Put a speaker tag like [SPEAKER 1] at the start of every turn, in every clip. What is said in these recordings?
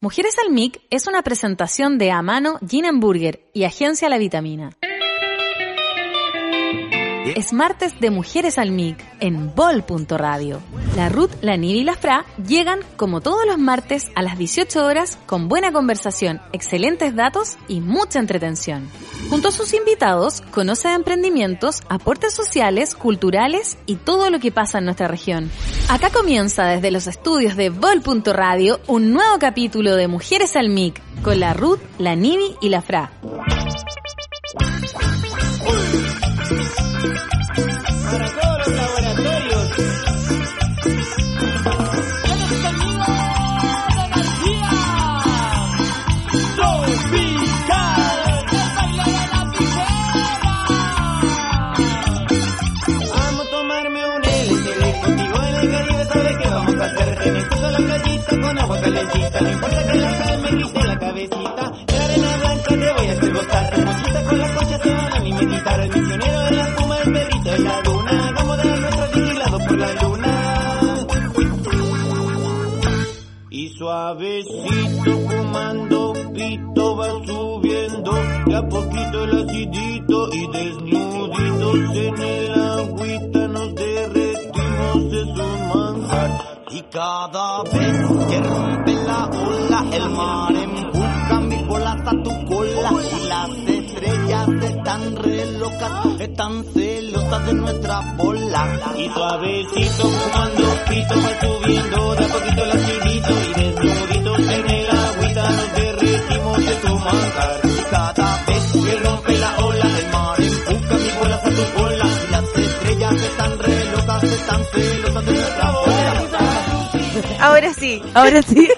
[SPEAKER 1] Mujeres al MIC es una presentación de Amano, Gin Burger y Agencia La Vitamina. Es martes de Mujeres al MIC en Bol.radio. La Ruth, la Nivi y la Fra llegan como todos los martes a las 18 horas con buena conversación, excelentes datos y mucha entretención. Junto a sus invitados, conoce de emprendimientos, aportes sociales, culturales y todo lo que pasa en nuestra región. Acá comienza desde los estudios de Bol.radio un nuevo capítulo de Mujeres al MIC con la Ruth, la Nivi y la Fra.
[SPEAKER 2] Para todos los laboratorios. Vamos a tomarme un LCD contigo en el Caribe, sabes que vamos a hacer. Tenés toda la playita con agua calentita, no importa que la sal me quite la cabecita. En la arena blanca te voy a hacer gozar, hermosita con la concha te van a mimetizar. El misionero de la espuma, el perrito de la luna, hagamos de nuestro vigilado por la luna. Y suavecito fumando pito va subiendo, de a poquito el acidito y desnuditos en el agüita nos derretimos, es un manjar. Y cada vez que rompe la ola, el mar empuja mi cola hasta tu cola. Y las estrellas están re locas, están celosas de nuestra bola. Y suavecito fumando pito va subiendo, de a poquito el acidito y desnuditos en el agüita nos derretimos de tu manjar. Y cada vez que rompe la ola, el mar empuja mi bola a tu bola. Y las estrellas están re locas, están celosas de nuestra bola.
[SPEAKER 3] Ahora sí.
[SPEAKER 4] Ahora sí.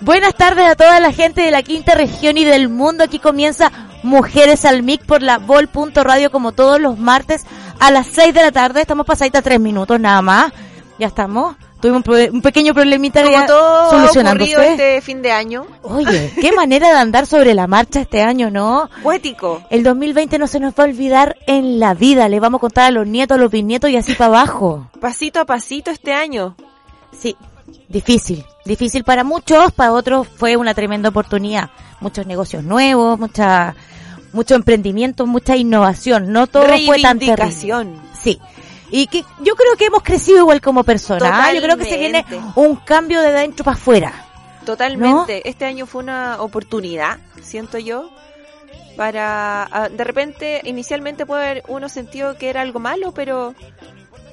[SPEAKER 4] Buenas tardes a toda la gente de la quinta región y del mundo. Aquí comienza Mujeres al MIC por la Vol.radio como todos los martes a las 6 de la tarde. Estamos pasaditas tres minutos nada más. Ya estamos. Tuvimos un, pro- un pequeño problemita
[SPEAKER 3] Como
[SPEAKER 4] ya
[SPEAKER 3] todo ha
[SPEAKER 4] solucionándose.
[SPEAKER 3] ocurrido este fin de año,
[SPEAKER 4] Oye, qué manera de andar sobre la marcha este año, ¿no?
[SPEAKER 3] poético.
[SPEAKER 4] El 2020 no se nos va a olvidar en la vida. Le vamos a contar a los nietos, a los bisnietos y así para abajo.
[SPEAKER 3] Pasito a pasito este año.
[SPEAKER 4] Sí, difícil. Difícil para muchos, para otros fue una tremenda oportunidad. Muchos negocios nuevos, mucha, mucho emprendimiento, mucha innovación. No todo fue tan terrible.
[SPEAKER 3] Reivindicación.
[SPEAKER 4] Sí. Y que yo creo que hemos crecido igual como personas. ¿ah? Yo creo que se viene
[SPEAKER 3] Totalmente.
[SPEAKER 4] un cambio de dentro para afuera.
[SPEAKER 3] Totalmente. Este año fue una oportunidad, siento yo, para... ah, De repente, inicialmente puede haber uno sentido que era algo malo, pero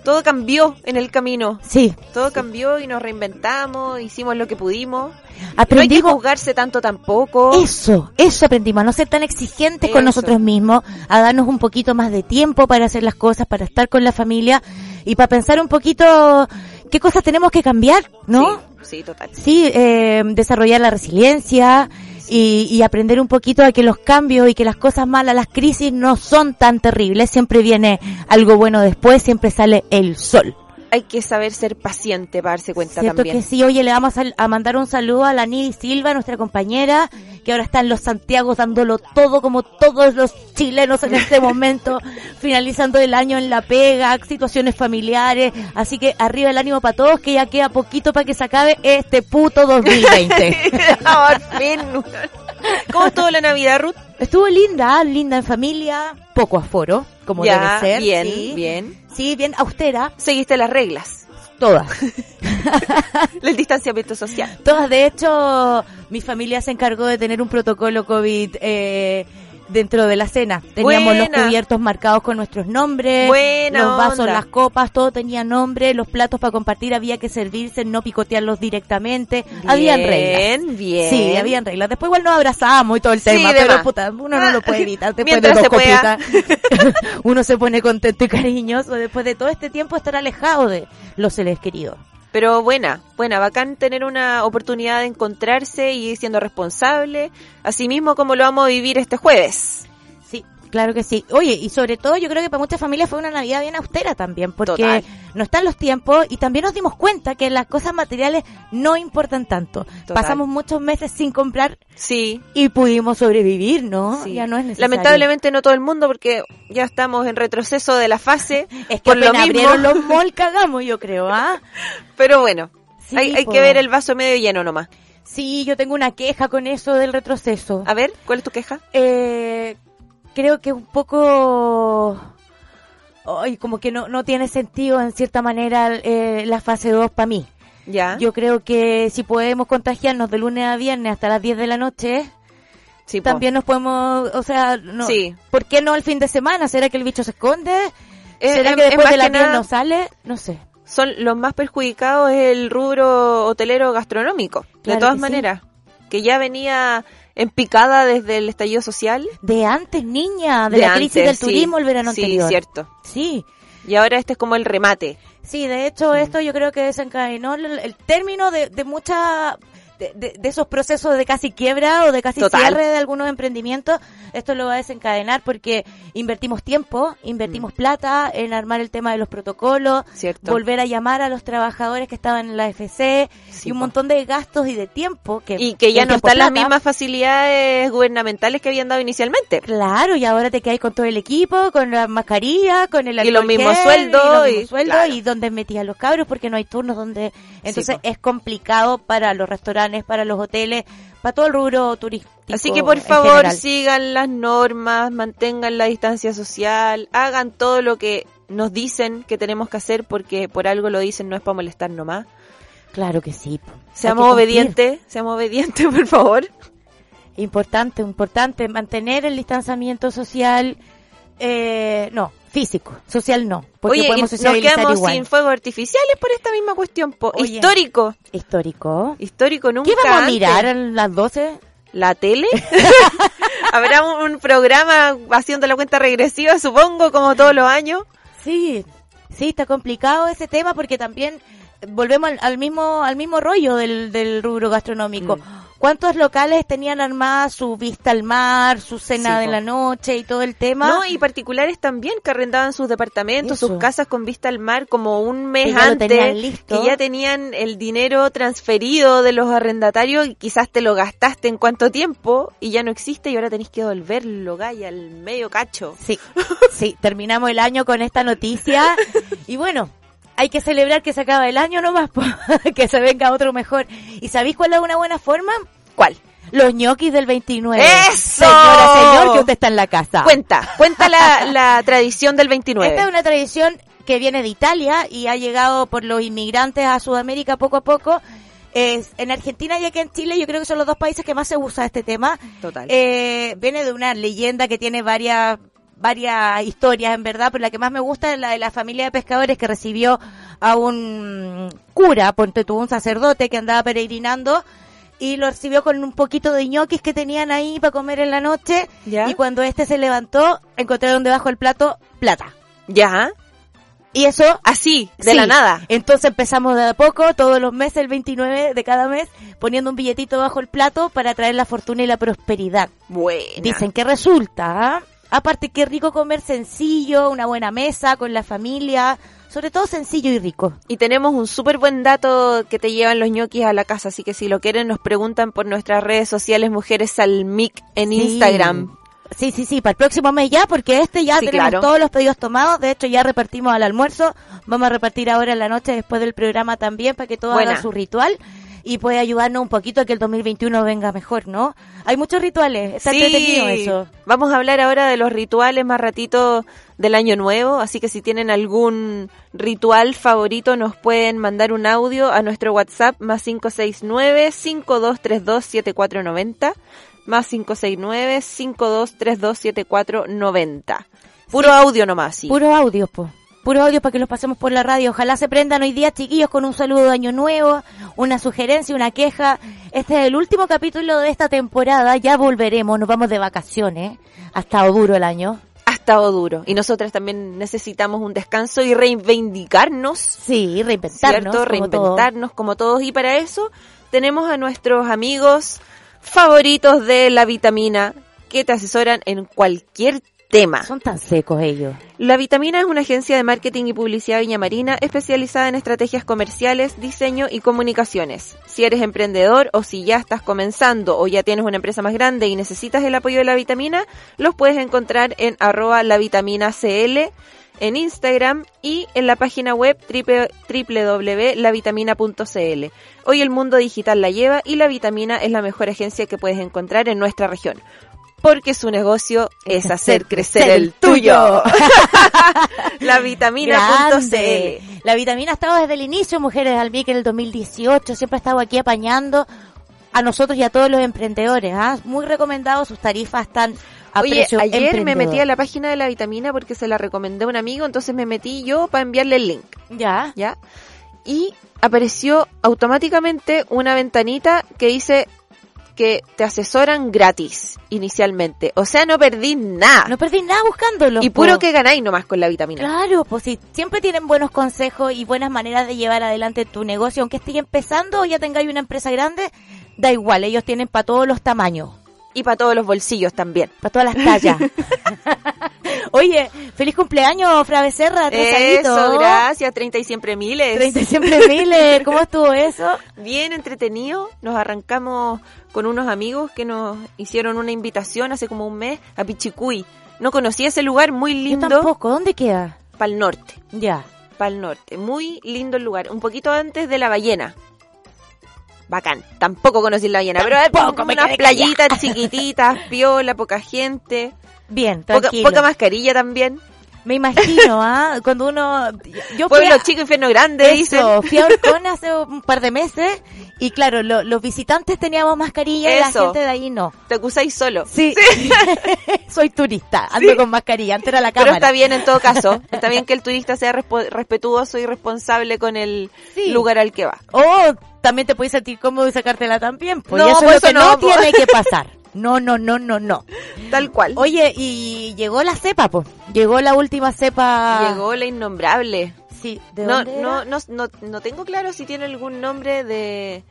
[SPEAKER 3] todo cambió en el camino.
[SPEAKER 4] Sí.
[SPEAKER 3] Todo cambió y nos reinventamos, hicimos lo que pudimos. No hay que
[SPEAKER 4] Aprendimos
[SPEAKER 3] juzgarse tanto tampoco.
[SPEAKER 4] Eso, eso aprendimos, a no ser tan exigentes con
[SPEAKER 3] Eso.
[SPEAKER 4] nosotros mismos, a darnos un poquito más de tiempo para hacer las cosas, para estar con la familia y para pensar un poquito qué cosas tenemos que cambiar, ¿no?
[SPEAKER 3] Sí, sí, total.
[SPEAKER 4] Sí, eh, desarrollar la resiliencia y, y aprender un poquito a que los cambios y que las cosas malas, las crisis no son tan terribles, siempre viene algo bueno después, siempre sale el sol.
[SPEAKER 3] Hay que saber ser paciente para darse cuenta
[SPEAKER 4] Cierto
[SPEAKER 3] también.
[SPEAKER 4] que sí, oye, le vamos a, sal- a mandar un saludo a la Nidi Silva, nuestra compañera, que ahora está en los Santiago dándolo todo, como todos los chilenos en este momento, finalizando el año en la pega, situaciones familiares, así que arriba el ánimo para todos, que ya queda poquito para que se acabe este puto 2020.
[SPEAKER 3] Por fin. ¿Cómo estuvo la Navidad, Ruth?
[SPEAKER 4] Estuvo linda, linda en familia, poco aforo, como
[SPEAKER 3] ya,
[SPEAKER 4] debe ser.
[SPEAKER 3] bien,
[SPEAKER 4] sí.
[SPEAKER 3] bien.
[SPEAKER 4] Sí, bien austera,
[SPEAKER 3] Seguiste las reglas
[SPEAKER 4] todas.
[SPEAKER 3] del distanciamiento social.
[SPEAKER 4] Todas, de hecho, mi familia se encargó de tener un protocolo COVID eh, dentro de la cena. Teníamos los
[SPEAKER 3] Buena.
[SPEAKER 4] cubiertos marcados con nuestros nombres,
[SPEAKER 3] Buena
[SPEAKER 4] los vasos,
[SPEAKER 3] onda.
[SPEAKER 4] las copas, todo tenía nombre, los platos para compartir había que servirse, no picotearlos directamente. Habían reglas.
[SPEAKER 3] Bien, bien.
[SPEAKER 4] Sí, habían reglas. Después igual nos abrazamos y todo el
[SPEAKER 3] Sí,
[SPEAKER 4] tema,
[SPEAKER 3] de
[SPEAKER 4] pero
[SPEAKER 3] más.
[SPEAKER 4] puta, uno no lo puede evitar después de
[SPEAKER 3] Mientras
[SPEAKER 4] dos
[SPEAKER 3] se pueda.
[SPEAKER 4] copitas. uno se pone contento y cariñoso después de todo este tiempo estar alejado de los seres queridos.
[SPEAKER 3] Pero buena, buena, bacán tener una oportunidad de encontrarse y ir siendo responsable, así mismo como lo vamos a vivir este jueves.
[SPEAKER 4] Sí, claro que sí. Oye, y sobre todo yo creo que para muchas familias fue una Navidad bien austera también, porque
[SPEAKER 3] Total.
[SPEAKER 4] no están los tiempos y también nos dimos cuenta que las cosas materiales no importan tanto.
[SPEAKER 3] Total.
[SPEAKER 4] Pasamos muchos meses sin comprar
[SPEAKER 3] Sí.
[SPEAKER 4] y pudimos sobrevivir, ¿no?
[SPEAKER 3] sí.
[SPEAKER 4] Ya no es necesario.
[SPEAKER 3] Lamentablemente no todo el mundo porque ya estamos en retroceso de la fase,
[SPEAKER 4] Es que
[SPEAKER 3] por lo
[SPEAKER 4] apenas
[SPEAKER 3] mismo,
[SPEAKER 4] abrieron los malls cagamos, yo creo, ¿ah?
[SPEAKER 3] pero bueno,
[SPEAKER 4] Sí,
[SPEAKER 3] hay, hay
[SPEAKER 4] po.
[SPEAKER 3] que ver el vaso medio lleno nomás.
[SPEAKER 4] Sí, yo tengo una queja con eso del retroceso.
[SPEAKER 3] A ver, ¿cuál es tu queja?
[SPEAKER 4] Eh, creo que un poco... Ay, como que no, no tiene sentido en cierta manera eh, la fase 2 para mí.
[SPEAKER 3] Ya.
[SPEAKER 4] Yo creo que si podemos contagiarnos de lunes a viernes hasta las 10 de la noche,
[SPEAKER 3] sí, po.
[SPEAKER 4] también nos podemos, o sea, no,
[SPEAKER 3] Sí.
[SPEAKER 4] ¿por qué no el fin de semana? ¿Será que el bicho se esconde?
[SPEAKER 3] Eh,
[SPEAKER 4] ¿Será
[SPEAKER 3] eh,
[SPEAKER 4] que
[SPEAKER 3] eh,
[SPEAKER 4] después
[SPEAKER 3] más
[SPEAKER 4] de la
[SPEAKER 3] que
[SPEAKER 4] 10
[SPEAKER 3] nada-
[SPEAKER 4] no sale? No sé.
[SPEAKER 3] son los más perjudicados es el rubro hotelero gastronómico,
[SPEAKER 4] Claro
[SPEAKER 3] de todas
[SPEAKER 4] que sí.
[SPEAKER 3] maneras, que ya venía en picada desde el estallido social.
[SPEAKER 4] De antes, niña, Ah, de,
[SPEAKER 3] de
[SPEAKER 4] la crisis del
[SPEAKER 3] antes, sí,
[SPEAKER 4] turismo el verano
[SPEAKER 3] sí,
[SPEAKER 4] anterior.
[SPEAKER 3] cierto.
[SPEAKER 4] Sí,
[SPEAKER 3] Y ahora este es como el remate.
[SPEAKER 4] sí, de hecho esto yo creo que desencadenó el, el término de, de mucha... De, de- de esos procesos de casi quiebra o de casi
[SPEAKER 3] Total.
[SPEAKER 4] cierre de algunos emprendimientos, esto lo va a desencadenar porque invertimos tiempo,
[SPEAKER 3] Mm.
[SPEAKER 4] invertimos plata en armar el tema de los protocolos,
[SPEAKER 3] Cierto.
[SPEAKER 4] volver a llamar a los trabajadores que estaban en la FC
[SPEAKER 3] Sí,
[SPEAKER 4] y un
[SPEAKER 3] po.
[SPEAKER 4] montón de gastos y de tiempo que
[SPEAKER 3] Y que ya
[SPEAKER 4] el
[SPEAKER 3] no
[SPEAKER 4] tiempo
[SPEAKER 3] están las
[SPEAKER 4] plata.
[SPEAKER 3] mismas facilidades gubernamentales que habían dado inicialmente.
[SPEAKER 4] Claro, y ahora te quedas con todo el equipo, con la mascarilla, con el
[SPEAKER 3] Y los
[SPEAKER 4] alcohol
[SPEAKER 3] mismos
[SPEAKER 4] gel,
[SPEAKER 3] sueldos,
[SPEAKER 4] y los mismos
[SPEAKER 3] y-
[SPEAKER 4] sueldos,
[SPEAKER 3] claro.
[SPEAKER 4] y donde metías los cabros porque no hay turnos donde entonces
[SPEAKER 3] po.
[SPEAKER 4] es complicado para los restaurantes, para los hoteles, para todo el rubro turístico.
[SPEAKER 3] Así que por
[SPEAKER 4] en
[SPEAKER 3] favor
[SPEAKER 4] general.
[SPEAKER 3] sigan las normas, mantengan la distancia social, hagan todo lo que nos dicen que tenemos que hacer porque por algo lo dicen, no es para molestar nomás.
[SPEAKER 4] Claro que sí. po. Hay
[SPEAKER 3] Seamos
[SPEAKER 4] que cumplir.
[SPEAKER 3] obedientes, seamos obedientes, por favor.
[SPEAKER 4] Importante, importante mantener el distanciamiento social eh, no, físico, social no, porque
[SPEAKER 3] Oye, y
[SPEAKER 4] podemos
[SPEAKER 3] nos
[SPEAKER 4] socializar
[SPEAKER 3] quedamos
[SPEAKER 4] igual.
[SPEAKER 3] sin fuegos artificiales por esta misma cuestión. po.
[SPEAKER 4] Oye.
[SPEAKER 3] Histórico,
[SPEAKER 4] Histórico.
[SPEAKER 3] histórico nunca
[SPEAKER 4] ¿Qué vamos a
[SPEAKER 3] antes.
[SPEAKER 4] mirar a las 12?
[SPEAKER 3] ¿La tele? Habrá un, un programa haciendo la cuenta regresiva, supongo, como todos los años.
[SPEAKER 4] Sí, sí, está complicado ese tema porque también volvemos al, al mismo al mismo rollo del, del rubro gastronómico.
[SPEAKER 3] Mm.
[SPEAKER 4] ¿Cuántos locales tenían armada su vista al mar, su cena
[SPEAKER 3] Sí,
[SPEAKER 4] de
[SPEAKER 3] po.
[SPEAKER 4] la noche y todo el tema?
[SPEAKER 3] No, y particulares también que arrendaban sus departamentos,
[SPEAKER 4] Eso.
[SPEAKER 3] sus casas con vista al mar como un mes
[SPEAKER 4] Que ya lo
[SPEAKER 3] antes,
[SPEAKER 4] tenían listo.
[SPEAKER 3] que ya tenían el dinero transferido de los arrendatarios y quizás te lo gastaste en cuánto tiempo y ya no existe y ahora tenés que devolverlo, gaya, al medio cacho.
[SPEAKER 4] Sí, sí, terminamos el año con esta noticia y bueno, hay que celebrar que se acaba el año nomás, po, que se venga otro mejor. ¿Y sabéis cuál es una buena forma?
[SPEAKER 3] ¿Cuál?
[SPEAKER 4] Los ñoquis del 29.
[SPEAKER 3] ¡Eso!
[SPEAKER 4] Señora, señor, que usted está en la casa.
[SPEAKER 3] Ah. Cuenta, cuenta la, la tradición del 29.
[SPEAKER 4] Esta es una tradición que viene de Italia y ha llegado por los inmigrantes a Sudamérica poco a poco. Es, en Argentina y aquí en Chile yo creo que son los dos países que más se usa este tema.
[SPEAKER 3] Total.
[SPEAKER 4] Eh, viene de una leyenda que tiene varias varias historias en verdad, pero la que más me gusta es la de la familia de pescadores que recibió a un cura, ponte tú, un sacerdote que andaba peregrinando y lo recibió con un poquito de ñoquis que tenían ahí para comer en la noche
[SPEAKER 3] ¿Ya?
[SPEAKER 4] y cuando este se levantó encontraron debajo del plato plata.
[SPEAKER 3] ya,
[SPEAKER 4] Y eso
[SPEAKER 3] así, de
[SPEAKER 4] sí.
[SPEAKER 3] la nada.
[SPEAKER 4] Entonces empezamos de a poco, todos los meses, el 29 de cada mes, poniendo un billetito bajo el plato para traer la fortuna y la prosperidad.
[SPEAKER 3] Buena.
[SPEAKER 4] Dicen que resulta. ¿ah? Aparte, qué rico comer sencillo, una buena mesa con la familia. Sobre todo sencillo y rico.
[SPEAKER 3] Y tenemos un súper buen dato que te llevan los ñoquis a la casa, así que si lo quieren nos preguntan por nuestras redes sociales Mujeres Salmic en
[SPEAKER 4] Sí.
[SPEAKER 3] Instagram.
[SPEAKER 4] Sí, sí, sí, para el próximo mes ya, porque este ya
[SPEAKER 3] Sí,
[SPEAKER 4] tenemos
[SPEAKER 3] claro.
[SPEAKER 4] todos los pedidos tomados. De hecho, ya repartimos al almuerzo. Vamos a repartir ahora en la noche después del programa también para que todos
[SPEAKER 3] Buena.
[SPEAKER 4] hagan su ritual y puede ayudarnos un poquito a que el 2021 venga mejor, ¿no? Hay muchos rituales. Está entretenido eso.
[SPEAKER 3] Vamos a hablar ahora de los rituales más ratito del año nuevo, así que si tienen algún ritual favorito nos pueden mandar un audio a nuestro WhatsApp más 569 5232 7490 más 569 5232 7490. Puro audio nomás, sí.
[SPEAKER 4] Puro audio, po. Puro audio para que los pasemos por la radio. Ojalá se prendan hoy día, chiquillos, con un saludo de Año Nuevo, una sugerencia, una queja. Este es el último capítulo de esta temporada. Ya volveremos, nos vamos de vacaciones. Ha estado duro el año.
[SPEAKER 3] ha estado duro y nosotras también necesitamos un descanso y reivindicarnos,
[SPEAKER 4] Sí, reinventarnos.
[SPEAKER 3] ¿cierto?
[SPEAKER 4] como todo.
[SPEAKER 3] Reinventarnos como todos y para eso tenemos a nuestros amigos favoritos de la vitamina que te asesoran en cualquier tema.
[SPEAKER 4] Ah, Son tan secos ellos.
[SPEAKER 3] La Vitamina es una agencia de marketing y publicidad Viña Marina especializada en estrategias comerciales, diseño y comunicaciones. Si eres emprendedor o si ya estás comenzando o ya tienes una empresa más grande y necesitas el apoyo de La Vitamina, los puedes encontrar en arroba la vitamina CL en Instagram y en la página web tripe- www.lavitamina.cl. Hoy el mundo digital la lleva y La Vitamina es la mejor agencia que puedes encontrar en nuestra región. Porque su negocio es hacer crecer el tuyo.
[SPEAKER 4] Grande.
[SPEAKER 3] Lavitamina.cl.
[SPEAKER 4] La vitamina ha estado desde el inicio, Mujeres al MIC, en el 2018. Siempre ha estado aquí apañando a nosotros y a todos los emprendedores. ¿ah? Muy recomendado, sus tarifas están a
[SPEAKER 3] Oye,
[SPEAKER 4] precio
[SPEAKER 3] ayer me
[SPEAKER 4] emprendedor.
[SPEAKER 3] metí a la página de la vitamina porque se la recomendé a un amigo, entonces me metí yo para enviarle el link,
[SPEAKER 4] Ya.
[SPEAKER 3] ¿ya? Y apareció automáticamente una ventanita que dice que te asesoran gratis inicialmente. O sea, no perdí nada.
[SPEAKER 4] No perdí nada buscándolo.
[SPEAKER 3] Ah. y
[SPEAKER 4] po.
[SPEAKER 3] puro que ganáis nomás con la vitamina.
[SPEAKER 4] Claro, pues sí, siempre tienen buenos consejos y buenas maneras de llevar adelante tu negocio. Aunque estés empezando o ya tengáis una empresa grande, da igual, ellos tienen para todos los tamaños.
[SPEAKER 3] Y para todos los bolsillos también.
[SPEAKER 4] Para todas las tallas. Oye, feliz cumpleaños, Fra
[SPEAKER 3] Eso,
[SPEAKER 4] Becerra, atrasadito.
[SPEAKER 3] gracias, 30 y siempre miles.
[SPEAKER 4] 30 siempre miles. ¿Cómo estuvo eso?
[SPEAKER 3] Bien entretenido, nos arrancamos con unos amigos que nos hicieron una invitación hace como un mes a Pichicuy. No conocía ese lugar, muy
[SPEAKER 4] Yo
[SPEAKER 3] lindo,
[SPEAKER 4] tampoco. ¿Dónde queda?
[SPEAKER 3] para el norte,
[SPEAKER 4] Ya.
[SPEAKER 3] para el norte, muy lindo el lugar, un poquito antes de la ballena. Bacán, tampoco conocí la ballena, pero
[SPEAKER 4] Tampoco
[SPEAKER 3] hay como
[SPEAKER 4] me
[SPEAKER 3] unas
[SPEAKER 4] quedé callada.
[SPEAKER 3] playitas chiquititas, piola, poca gente,
[SPEAKER 4] Bien,
[SPEAKER 3] poca,
[SPEAKER 4] tranquilo.
[SPEAKER 3] poca mascarilla también.
[SPEAKER 4] Me imagino, ¿ah? Cuando uno... Yo fui
[SPEAKER 3] Pueblo
[SPEAKER 4] a-
[SPEAKER 3] chico, infierno grande, dicen.
[SPEAKER 4] Eso, fui a Orcón hace un par de meses y claro, lo- los visitantes teníamos mascarilla y la
[SPEAKER 3] Eso.
[SPEAKER 4] gente de ahí no.
[SPEAKER 3] Te acusáis solo.
[SPEAKER 4] Sí. Soy turista, ando con mascarilla, antes era la
[SPEAKER 3] Pero
[SPEAKER 4] cámara.
[SPEAKER 3] está bien en todo caso. Está bien que el turista sea respo- respetuoso y responsable con el
[SPEAKER 4] Sí.
[SPEAKER 3] lugar al que va.
[SPEAKER 4] O también te puedes sentir cómodo y sacártela también, pues
[SPEAKER 3] No,
[SPEAKER 4] y eso
[SPEAKER 3] pues
[SPEAKER 4] es lo que
[SPEAKER 3] eso
[SPEAKER 4] no,
[SPEAKER 3] no, pues.
[SPEAKER 4] tiene que pasar. No, no, no, no, no.
[SPEAKER 3] Tal cual.
[SPEAKER 4] Oye, y llegó la cepa, pues. Llegó la última cepa.
[SPEAKER 3] Llegó la innombrable.
[SPEAKER 4] Sí, Ah. ¿de
[SPEAKER 3] No,
[SPEAKER 4] dónde
[SPEAKER 3] no,
[SPEAKER 4] era?
[SPEAKER 3] no, no, no tengo claro si tiene algún nombre de...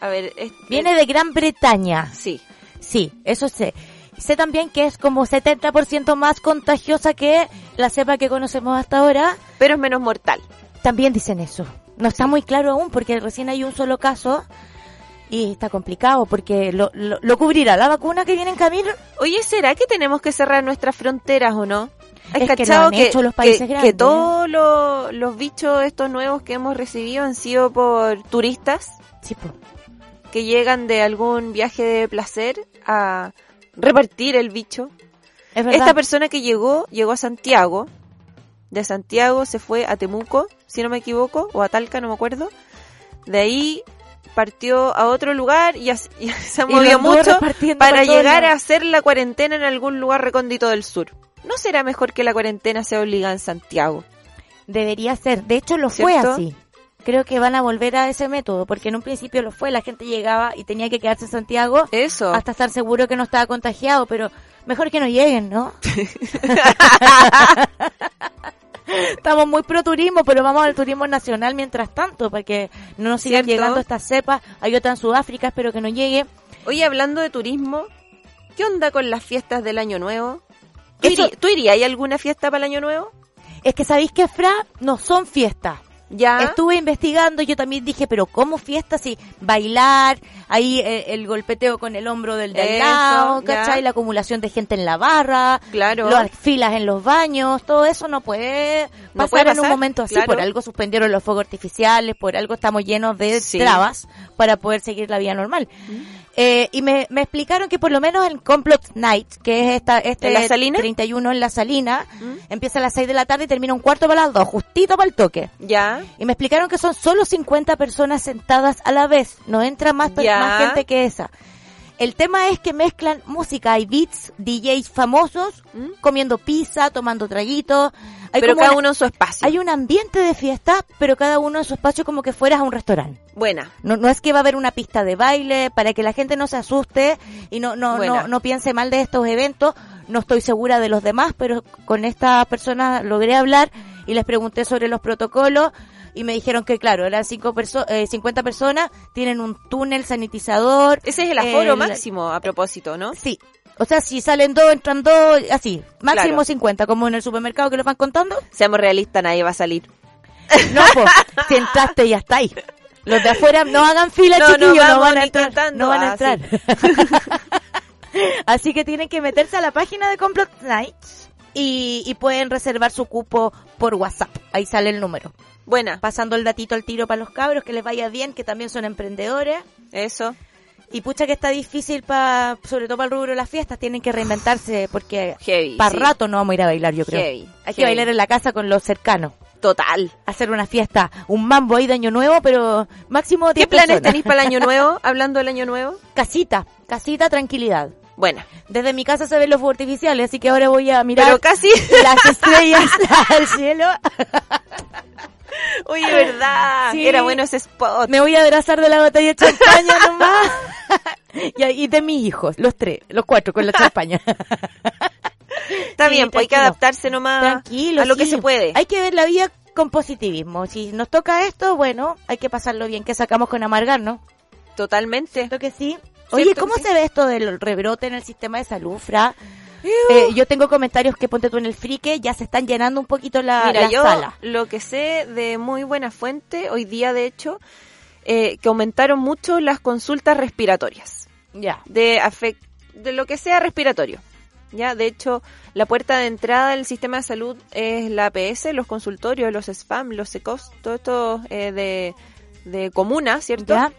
[SPEAKER 3] A ver, es-
[SPEAKER 4] Viene de Gran Bretaña.
[SPEAKER 3] Sí.
[SPEAKER 4] Sí, eso sé. Sé también que es como 70% más contagiosa que la cepa que conocemos hasta ahora.
[SPEAKER 3] Pero es menos mortal.
[SPEAKER 4] También dicen eso. No está muy claro aún porque recién hay un solo caso y está complicado porque lo, lo, lo cubrirá la vacuna que viene en camino.
[SPEAKER 3] Oye, ¿será que tenemos que cerrar nuestras fronteras o no? ¿Has
[SPEAKER 4] Es que lo
[SPEAKER 3] cachado
[SPEAKER 4] han hecho los países
[SPEAKER 3] que
[SPEAKER 4] grandes, ¿eh?
[SPEAKER 3] todos los, los bichos estos nuevos que hemos recibido han sido por turistas?
[SPEAKER 4] Sí, po.
[SPEAKER 3] que llegan de algún viaje de placer a repartir el bicho.
[SPEAKER 4] es verdad.
[SPEAKER 3] Esta persona que llegó, llegó a Santiago. De Santiago se fue a Temuco, si no me equivoco, o a Talca, no me acuerdo. De ahí partió a otro lugar y, as- y se
[SPEAKER 4] Y lo
[SPEAKER 3] movió
[SPEAKER 4] anduvo
[SPEAKER 3] mucho
[SPEAKER 4] repartiendo
[SPEAKER 3] para
[SPEAKER 4] por todos
[SPEAKER 3] llegar a
[SPEAKER 4] lados.
[SPEAKER 3] hacer la cuarentena en algún lugar recóndito del sur. ¿No será mejor que la cuarentena sea obligada en Santiago?
[SPEAKER 4] Debería ser. De hecho, lo fue
[SPEAKER 3] ¿Cierto?
[SPEAKER 4] así. Creo que van a volver a ese método porque en un principio lo fue. La gente llegaba y tenía que quedarse en Santiago
[SPEAKER 3] Eso.
[SPEAKER 4] hasta estar seguro que no estaba contagiado, pero mejor que no lleguen, ¿no? Estamos muy pro turismo, pero vamos al turismo nacional mientras tanto, para que no nos sigan
[SPEAKER 3] ¿Cierto?
[SPEAKER 4] llegando estas cepas. Hay otra en Sudáfrica, espero que no llegue.
[SPEAKER 3] Oye, hablando de turismo, ¿qué onda con las fiestas del Año Nuevo? ¿Tú,
[SPEAKER 4] Eso-
[SPEAKER 3] iri- tú irías? ¿Hay alguna fiesta para el Año Nuevo?
[SPEAKER 4] Es que sabéis que, Fra, no son fiestas.
[SPEAKER 3] Ya.
[SPEAKER 4] Estuve investigando, yo también dije, pero ¿cómo fiestas si bailar, ahí eh, el golpeteo con el hombro del de al
[SPEAKER 3] Eso,
[SPEAKER 4] lado,
[SPEAKER 3] ya.
[SPEAKER 4] ¿cachai? La acumulación de gente en la barra,
[SPEAKER 3] Claro.
[SPEAKER 4] las filas en los baños, todo eso no puede pasar,
[SPEAKER 3] No puede
[SPEAKER 4] en un
[SPEAKER 3] pasar,
[SPEAKER 4] momento así.
[SPEAKER 3] claro.
[SPEAKER 4] Por algo suspendieron los fuegos artificiales, por algo estamos llenos de
[SPEAKER 3] Sí.
[SPEAKER 4] trabas para poder seguir la vida normal. Eh, y me, me explicaron que por lo menos en Complot Night, que es esta, este
[SPEAKER 3] ¿En La Salina? ¿Mm?
[SPEAKER 4] 31 en La Salina, empieza a las 6 de la tarde y termina un cuarto para las 2, justito para el toque.
[SPEAKER 3] Ya.
[SPEAKER 4] Y me explicaron que son solo 50 personas sentadas a la vez. No entra más, per-
[SPEAKER 3] Ya.
[SPEAKER 4] más gente que esa. El tema es que mezclan música y beats, DJs famosos,
[SPEAKER 3] ¿Mm?
[SPEAKER 4] comiendo pizza, tomando traguitos. Hay
[SPEAKER 3] Pero
[SPEAKER 4] como
[SPEAKER 3] cada
[SPEAKER 4] una-
[SPEAKER 3] uno en su espacio.
[SPEAKER 4] Hay un ambiente de fiesta, pero cada uno en su espacio como que fueras a un restaurante.
[SPEAKER 3] Buena.
[SPEAKER 4] No, no es que va a haber una pista de baile para que la gente no se asuste y no, no,
[SPEAKER 3] Buena.
[SPEAKER 4] no, no piense mal de estos eventos. No estoy segura de los demás, pero con estas personas logré hablar y les pregunté sobre los protocolos y me dijeron que, claro, eran cinco perso eh, 50 personas, tienen un túnel sanitizador.
[SPEAKER 3] Ese es el aforo
[SPEAKER 4] El-
[SPEAKER 3] máximo a propósito, ¿no?
[SPEAKER 4] Sí. O sea, si salen dos, entran dos, así. Máximo
[SPEAKER 3] Claro.
[SPEAKER 4] 50, como en el supermercado que lo van contando.
[SPEAKER 3] Seamos realistas, nadie va a salir.
[SPEAKER 4] No, pues, si entraste ya está ahí. Los de afuera no hagan fila,
[SPEAKER 3] No, no
[SPEAKER 4] chiquillos, no,
[SPEAKER 3] vamos
[SPEAKER 4] van a
[SPEAKER 3] ni
[SPEAKER 4] entrar.
[SPEAKER 3] cantando.
[SPEAKER 4] No van
[SPEAKER 3] Ah,
[SPEAKER 4] a entrar. Así que tienen que meterse a la página de Complot Nights y, y pueden reservar su cupo por WhatsApp. Ahí sale el número.
[SPEAKER 3] Buena.
[SPEAKER 4] Pasando el datito al tiro para los cabros, que les vaya bien, que también son emprendedores.
[SPEAKER 3] Eso.
[SPEAKER 4] Y pucha que está difícil, pa, sobre todo para el rubro de las fiestas, tienen que reinventarse porque
[SPEAKER 3] Heavy.
[SPEAKER 4] para
[SPEAKER 3] sí.
[SPEAKER 4] rato no vamos a ir a bailar, yo creo.
[SPEAKER 3] Heavy,
[SPEAKER 4] Hay que
[SPEAKER 3] heavy.
[SPEAKER 4] bailar en la casa con los cercanos.
[SPEAKER 3] Total.
[SPEAKER 4] Hacer una fiesta, un mambo ahí de año nuevo, pero máximo
[SPEAKER 3] ¿Qué
[SPEAKER 4] 10
[SPEAKER 3] planes
[SPEAKER 4] personas.
[SPEAKER 3] tenéis para el año nuevo? Hablando del año nuevo.
[SPEAKER 4] Casita, casita, tranquilidad.
[SPEAKER 3] Buena.
[SPEAKER 4] Desde mi casa se ven los fuegos artificiales, así que ahora voy a mirar
[SPEAKER 3] Pero casi.
[SPEAKER 4] las estrellas al cielo.
[SPEAKER 3] Oye, ¿verdad?
[SPEAKER 4] Sí.
[SPEAKER 3] Era bueno ese spot.
[SPEAKER 4] Me voy a abrazar de la batalla de champaña nomás. y, ahí- y de mis hijos, los tres, los cuatro con la champaña.
[SPEAKER 3] Está
[SPEAKER 4] Sí,
[SPEAKER 3] bien, pues hay que
[SPEAKER 4] tranquilo.
[SPEAKER 3] adaptarse nomás
[SPEAKER 4] Tranquilo.
[SPEAKER 3] a lo que
[SPEAKER 4] sí.
[SPEAKER 3] se puede.
[SPEAKER 4] Hay que ver la vida con positivismo. Si nos toca esto, bueno, hay que pasarlo bien, que sacamos con amargarnos.
[SPEAKER 3] Totalmente.
[SPEAKER 4] Creo que sí.
[SPEAKER 3] Cierto
[SPEAKER 4] Oye,
[SPEAKER 3] que
[SPEAKER 4] ¿cómo
[SPEAKER 3] sí.
[SPEAKER 4] se ve esto del rebrote en el sistema de salud, Fra? Eh, yo tengo comentarios que ponte tú en el frique, ya se están llenando un poquito la,
[SPEAKER 3] Mira,
[SPEAKER 4] la
[SPEAKER 3] yo
[SPEAKER 4] sala.
[SPEAKER 3] lo que sé de muy buena fuente, hoy día de hecho, eh, que aumentaron mucho las consultas respiratorias,
[SPEAKER 4] Ya.
[SPEAKER 3] de, afec- de lo que sea respiratorio. Ya, de hecho, la puerta de entrada del sistema de salud es la APS, los consultorios, los SPAM, los E SECOS, todo esto eh, de, de comunas, ¿cierto?
[SPEAKER 4] ¿Ya?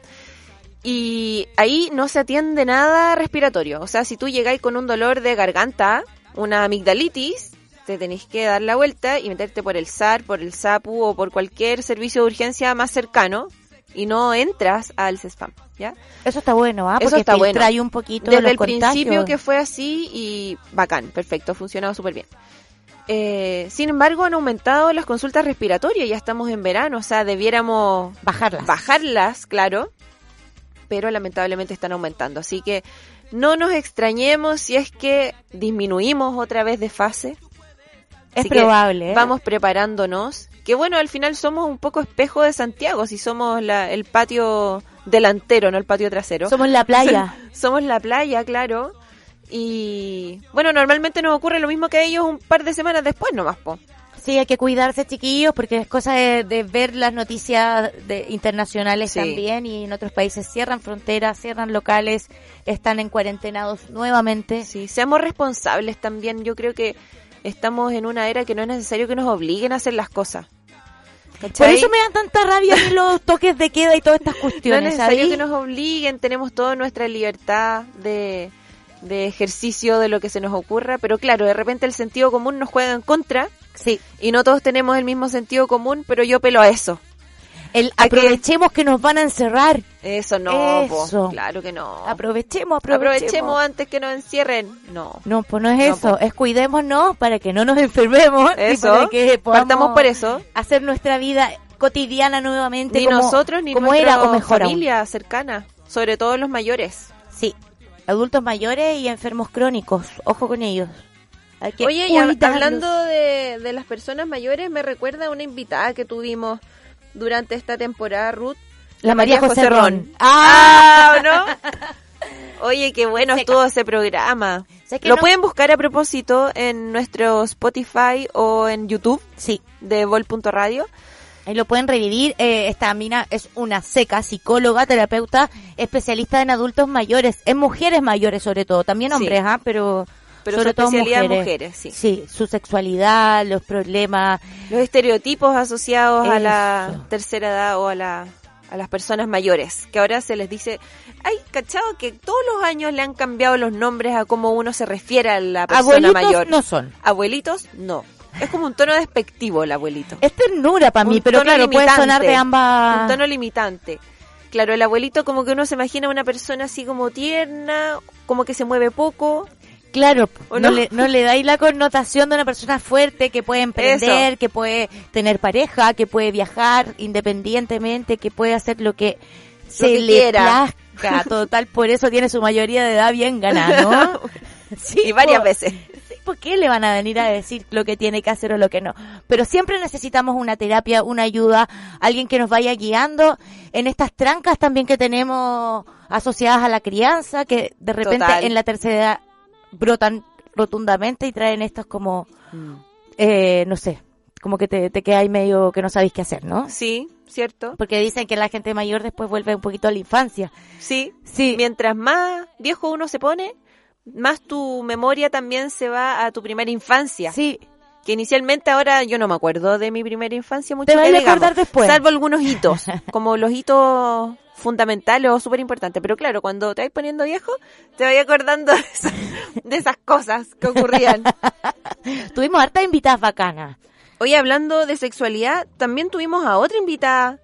[SPEAKER 3] Y ahí no se atiende nada respiratorio. O sea, si tú llegáis con un dolor de garganta, una amigdalitis, te tenéis que dar la vuelta y meterte por el SAR, por el SAPU o por cualquier servicio de urgencia más cercano y no entras al E CESPAM, ¿ya?
[SPEAKER 4] Eso está bueno, ¿ah?
[SPEAKER 3] Eso
[SPEAKER 4] Porque
[SPEAKER 3] está bueno.
[SPEAKER 4] filtra ahí un poquito
[SPEAKER 3] Desde
[SPEAKER 4] los
[SPEAKER 3] el
[SPEAKER 4] contagios.
[SPEAKER 3] principio que fue así y bacán, perfecto, ha funcionado súper bien. Eh, sin embargo, han aumentado las consultas respiratorias, ya estamos en verano, o sea, debiéramos
[SPEAKER 4] Bajarlas.
[SPEAKER 3] bajarlas, claro, pero lamentablemente están aumentando. Así que no nos extrañemos si es que disminuimos otra vez de fase.
[SPEAKER 4] es
[SPEAKER 3] Así que
[SPEAKER 4] probable, ¿eh?
[SPEAKER 3] Vamos preparándonos. Que bueno, al final somos un poco espejo de Santiago, si somos la- el patio delantero, no el patio trasero.
[SPEAKER 4] Somos la playa.
[SPEAKER 3] Somos la playa, claro. Y bueno, normalmente nos ocurre lo mismo que a ellos un par de semanas después nomás, po.
[SPEAKER 4] Sí, hay que cuidarse, chiquillos, porque es cosa de, de ver las noticias de, internacionales
[SPEAKER 3] Sí.
[SPEAKER 4] también y en otros países cierran fronteras, cierran locales, están en cuarentenados nuevamente.
[SPEAKER 3] Sí, seamos responsables también. Yo creo que estamos en una era que no es necesario que nos obliguen a hacer las cosas.
[SPEAKER 4] Por
[SPEAKER 3] ¿Cachai?
[SPEAKER 4] eso me dan tanta rabia a mí los toques de queda y todas estas
[SPEAKER 3] no es
[SPEAKER 4] cuestiones.
[SPEAKER 3] necesario
[SPEAKER 4] ¿sabí?
[SPEAKER 3] que nos obliguen, tenemos toda nuestra libertad de, de ejercicio de lo que se nos ocurra, pero claro, de repente el sentido común nos juega en contra
[SPEAKER 4] Sí,
[SPEAKER 3] y no todos tenemos el mismo sentido común, pero yo pelo a eso.
[SPEAKER 4] el
[SPEAKER 3] ¿A qué?
[SPEAKER 4] aprovechemos que nos van a encerrar.
[SPEAKER 3] Eso no, po,
[SPEAKER 4] Eso.
[SPEAKER 3] claro que no.
[SPEAKER 4] Aprovechemos, aprovechemos.
[SPEAKER 3] Aprovechemos antes que nos encierren. No.
[SPEAKER 4] No, pues no es
[SPEAKER 3] No,
[SPEAKER 4] eso,
[SPEAKER 3] po.
[SPEAKER 4] es cuidémonos para que no nos enfermemos. y para
[SPEAKER 3] Eso.
[SPEAKER 4] que podamos
[SPEAKER 3] Partamos por eso.
[SPEAKER 4] Hacer nuestra vida cotidiana nuevamente
[SPEAKER 3] Ni
[SPEAKER 4] como,
[SPEAKER 3] nosotros ni
[SPEAKER 4] como
[SPEAKER 3] nuestra
[SPEAKER 4] era o mejor aún.
[SPEAKER 3] familia cercana, sobre todo los mayores.
[SPEAKER 4] Sí, adultos mayores y enfermos crónicos. Ojo con ellos. Hay que
[SPEAKER 3] Oye, y hab-
[SPEAKER 4] cuidarlos.
[SPEAKER 3] hablando de, de las personas mayores, me recuerda a una invitada que tuvimos durante esta temporada, Ruth.
[SPEAKER 4] La María José, Ron.
[SPEAKER 3] ¡Ah! ¿o ¿No? Oye, qué bueno
[SPEAKER 4] Seca.
[SPEAKER 3] estuvo ese programa.
[SPEAKER 4] Sé que
[SPEAKER 3] Ah, Lo
[SPEAKER 4] no-
[SPEAKER 3] pueden buscar a propósito en nuestro Spotify o en YouTube
[SPEAKER 4] Sí,
[SPEAKER 3] de Vol.radio.
[SPEAKER 4] ahí lo pueden revivir. Eh, esta mina es una seca, psicóloga, terapeuta, especialista en adultos mayores, en mujeres mayores sobre todo, también
[SPEAKER 3] Sí.
[SPEAKER 4] hombres, ¿ah? pero,
[SPEAKER 3] Pero
[SPEAKER 4] sobre
[SPEAKER 3] su
[SPEAKER 4] todo
[SPEAKER 3] especialidad
[SPEAKER 4] mujeres.
[SPEAKER 3] mujeres, sí.
[SPEAKER 4] su sexualidad, los problemas.
[SPEAKER 3] Los estereotipos asociados a la
[SPEAKER 4] Eso.
[SPEAKER 3] tercera edad o a, la, a las personas mayores, que ahora se les dice, ay, cachado que todos los años le han cambiado los nombres a cómo uno se refiere a la persona
[SPEAKER 4] Abuelitos
[SPEAKER 3] mayor.
[SPEAKER 4] no son.
[SPEAKER 3] Abuelitos, no. Es como un tono despectivo el abuelito.
[SPEAKER 4] Es ternura para
[SPEAKER 3] Un
[SPEAKER 4] mí, pero
[SPEAKER 3] tono
[SPEAKER 4] claro, puede
[SPEAKER 3] limitante,
[SPEAKER 4] sonar de
[SPEAKER 3] Un
[SPEAKER 4] ambas.
[SPEAKER 3] tono limitante. Claro, el abuelito como que uno se imagina una persona así como tierna, como que se mueve poco.
[SPEAKER 4] Claro,
[SPEAKER 3] ¿O
[SPEAKER 4] no,
[SPEAKER 3] no?
[SPEAKER 4] le, no le dais la connotación de una persona fuerte que puede emprender, que puede tener pareja, que puede viajar independientemente, que puede hacer lo que se
[SPEAKER 3] que
[SPEAKER 4] le
[SPEAKER 3] quiera.
[SPEAKER 4] plazca. Total, por eso tiene su mayoría de edad bien ganada, ¿no? Sí,
[SPEAKER 3] y varias
[SPEAKER 4] po-
[SPEAKER 3] veces.
[SPEAKER 4] sí, ¿Por qué le van a venir a decir lo que tiene que hacer o lo que no? Pero siempre necesitamos una terapia, una ayuda, alguien que nos vaya guiando en estas trancas también que tenemos asociadas a la crianza, que de repente
[SPEAKER 3] Total.
[SPEAKER 4] en la tercera edad brotan rotundamente y traen estos como, eh, no sé, como que te, te quedáis medio que no sabéis qué hacer, ¿no?
[SPEAKER 3] Sí, ¿cierto?
[SPEAKER 4] Porque dicen que la gente mayor después vuelve un poquito a la infancia.
[SPEAKER 3] Sí.
[SPEAKER 4] Sí,
[SPEAKER 3] Mientras más viejo uno se pone, más tu memoria también se va a tu primera infancia.
[SPEAKER 4] Sí,
[SPEAKER 3] Que inicialmente ahora yo no me acuerdo de mi primera infancia mucho.
[SPEAKER 4] Te vas
[SPEAKER 3] que
[SPEAKER 4] a acordar
[SPEAKER 3] digamos,
[SPEAKER 4] después.
[SPEAKER 3] Salvo algunos hitos, como los hitos fundamentales o súper importantes. Pero claro, cuando te vas poniendo viejo, te vas acordando de, esas- de esas cosas que ocurrían.
[SPEAKER 4] tuvimos hartas invitadas bacanas.
[SPEAKER 3] Oye, hablando de sexualidad, también tuvimos a otra invitada.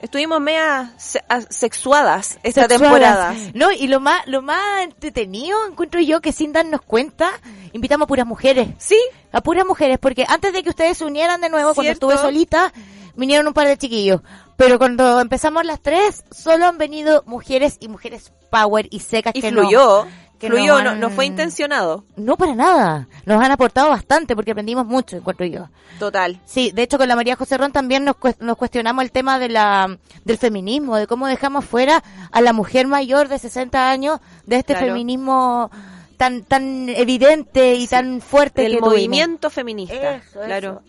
[SPEAKER 3] Estuvimos media se- asexuadas esta
[SPEAKER 4] Sexuadas.
[SPEAKER 3] temporada.
[SPEAKER 4] No, y lo más, lo más entretenido encuentro yo que sin darnos cuenta, invitamos a puras mujeres.
[SPEAKER 3] Sí,
[SPEAKER 4] A puras mujeres, porque antes de que ustedes se unieran de nuevo, cuando
[SPEAKER 3] Cierto.
[SPEAKER 4] estuve solita, vinieron un par de chiquillos. Pero cuando empezamos las tres, solo han venido mujeres y mujeres power y secas
[SPEAKER 3] y
[SPEAKER 4] que no-
[SPEAKER 3] fluyó.
[SPEAKER 4] que
[SPEAKER 3] fluyó,
[SPEAKER 4] no
[SPEAKER 3] no,
[SPEAKER 4] han-
[SPEAKER 3] no fue intencionado.
[SPEAKER 4] No para nada. Nos han aportado bastante porque aprendimos mucho, encuentro yo.
[SPEAKER 3] Total.
[SPEAKER 4] Sí, de hecho con la María José Ron también nos, cues- nos cuestionamos el tema de la, del feminismo, de cómo dejamos fuera a la mujer mayor de 60 años de este
[SPEAKER 3] Claro.
[SPEAKER 4] feminismo tan tan evidente y tan fuerte que
[SPEAKER 3] El
[SPEAKER 4] tuvimos.
[SPEAKER 3] movimiento feminista.
[SPEAKER 4] Eso,
[SPEAKER 3] claro.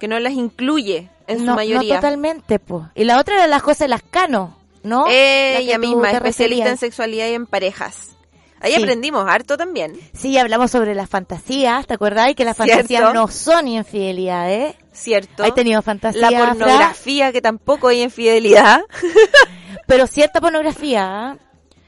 [SPEAKER 3] Que no las incluye en
[SPEAKER 4] no,
[SPEAKER 3] su mayoría.
[SPEAKER 4] No totalmente, pues. Y la otra era la José Lascano, ¿no? La que
[SPEAKER 3] Ella
[SPEAKER 4] tú
[SPEAKER 3] misma,
[SPEAKER 4] te
[SPEAKER 3] especialista en
[SPEAKER 4] referías.
[SPEAKER 3] sexualidad y en parejas. Ahí
[SPEAKER 4] Sí.
[SPEAKER 3] aprendimos harto también.
[SPEAKER 4] Sí, hablamos sobre las fantasías, ¿te acordás? Y que las
[SPEAKER 3] Cierto.
[SPEAKER 4] fantasías no son infidelidades.
[SPEAKER 3] Cierto.
[SPEAKER 4] Hay tenido fantasías,
[SPEAKER 3] la
[SPEAKER 4] Fra,
[SPEAKER 3] pornografía, que tampoco hay infidelidad.
[SPEAKER 4] pero cierta pornografía, ¿ah?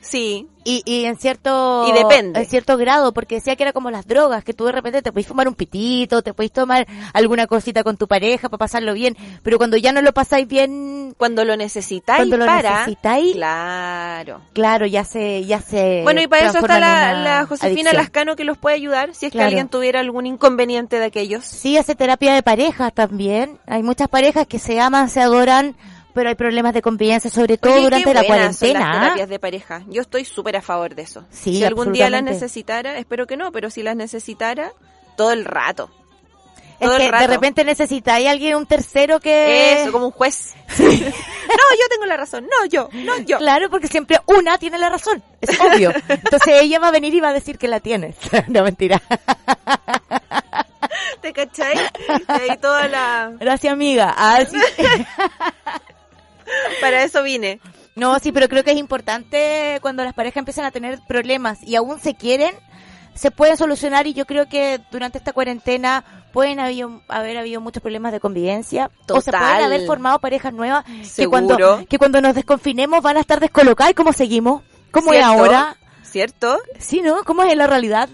[SPEAKER 3] Sí,
[SPEAKER 4] Y, y en cierto
[SPEAKER 3] Y depende.
[SPEAKER 4] en cierto grado porque decía que era como las drogas que tú de repente te podís fumar un pitito te podís tomar alguna cosita con tu pareja para pasarlo bien pero cuando ya no lo pasáis bien
[SPEAKER 3] cuando lo necesitáis
[SPEAKER 4] cuando lo
[SPEAKER 3] para.
[SPEAKER 4] necesitáis
[SPEAKER 3] Claro.
[SPEAKER 4] claro ya se ya se
[SPEAKER 3] Bueno, y para eso
[SPEAKER 4] transforma
[SPEAKER 3] está la,
[SPEAKER 4] Eh, en una
[SPEAKER 3] la Josefina
[SPEAKER 4] adicción.
[SPEAKER 3] Lascano que los puede ayudar si es que
[SPEAKER 4] Claro.
[SPEAKER 3] alguien tuviera algún inconveniente de aquellos.
[SPEAKER 4] sí hace terapia de parejas también hay muchas parejas que se aman se adoran pero hay problemas de convivencia sobre todo
[SPEAKER 3] Oye, qué
[SPEAKER 4] durante la
[SPEAKER 3] buenas son las
[SPEAKER 4] cuarentena ¿ah?
[SPEAKER 3] terapias de pareja. Yo estoy súper a favor de eso.
[SPEAKER 4] Sí,
[SPEAKER 3] si algún día las
[SPEAKER 4] absolutamente.
[SPEAKER 3] necesitara, espero que no, pero si las necesitara, todo el rato.
[SPEAKER 4] es
[SPEAKER 3] todo el
[SPEAKER 4] que de
[SPEAKER 3] rato.
[SPEAKER 4] repente necesitáis alguien un tercero que
[SPEAKER 3] Eso, como un juez. no, yo tengo la razón. No, yo. No, yo.
[SPEAKER 4] Claro, porque siempre una tiene la razón, es obvio. Entonces ella va a venir y va a decir que la tienes. No, mentira.
[SPEAKER 3] ¿Te cachai? Y ahí toda la...
[SPEAKER 4] Gracias, amiga. Ah, sí.
[SPEAKER 3] Para eso vine.
[SPEAKER 4] No, sí, pero creo que es importante cuando las parejas empiezan a tener problemas y aún se quieren, se pueden solucionar y yo creo que durante esta cuarentena pueden habido- haber habido muchos problemas de convivencia o se pueden
[SPEAKER 3] Total.
[SPEAKER 4] haber formado parejas nuevas que
[SPEAKER 3] Seguro.
[SPEAKER 4] cuando, que cuando nos desconfinemos van a estar descolocadas. ¿Y cómo seguimos? ¿Cómo es
[SPEAKER 3] ¿Cierto?
[SPEAKER 4] ahora?
[SPEAKER 3] ¿Cierto?
[SPEAKER 4] Sí, ¿no? ¿Cómo es la realidad?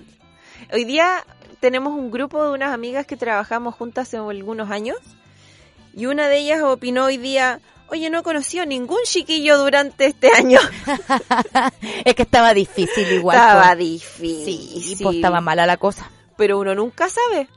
[SPEAKER 3] Hoy día tenemos un grupo de unas amigas que trabajamos juntas hace algunos años y una de ellas opinó hoy día, oye, no conocí a ningún chiquillo durante este año.
[SPEAKER 4] es que estaba difícil igual. po.
[SPEAKER 3] estaba difícil.
[SPEAKER 4] Sí, pues estaba mala la cosa.
[SPEAKER 3] Pero uno nunca sabe.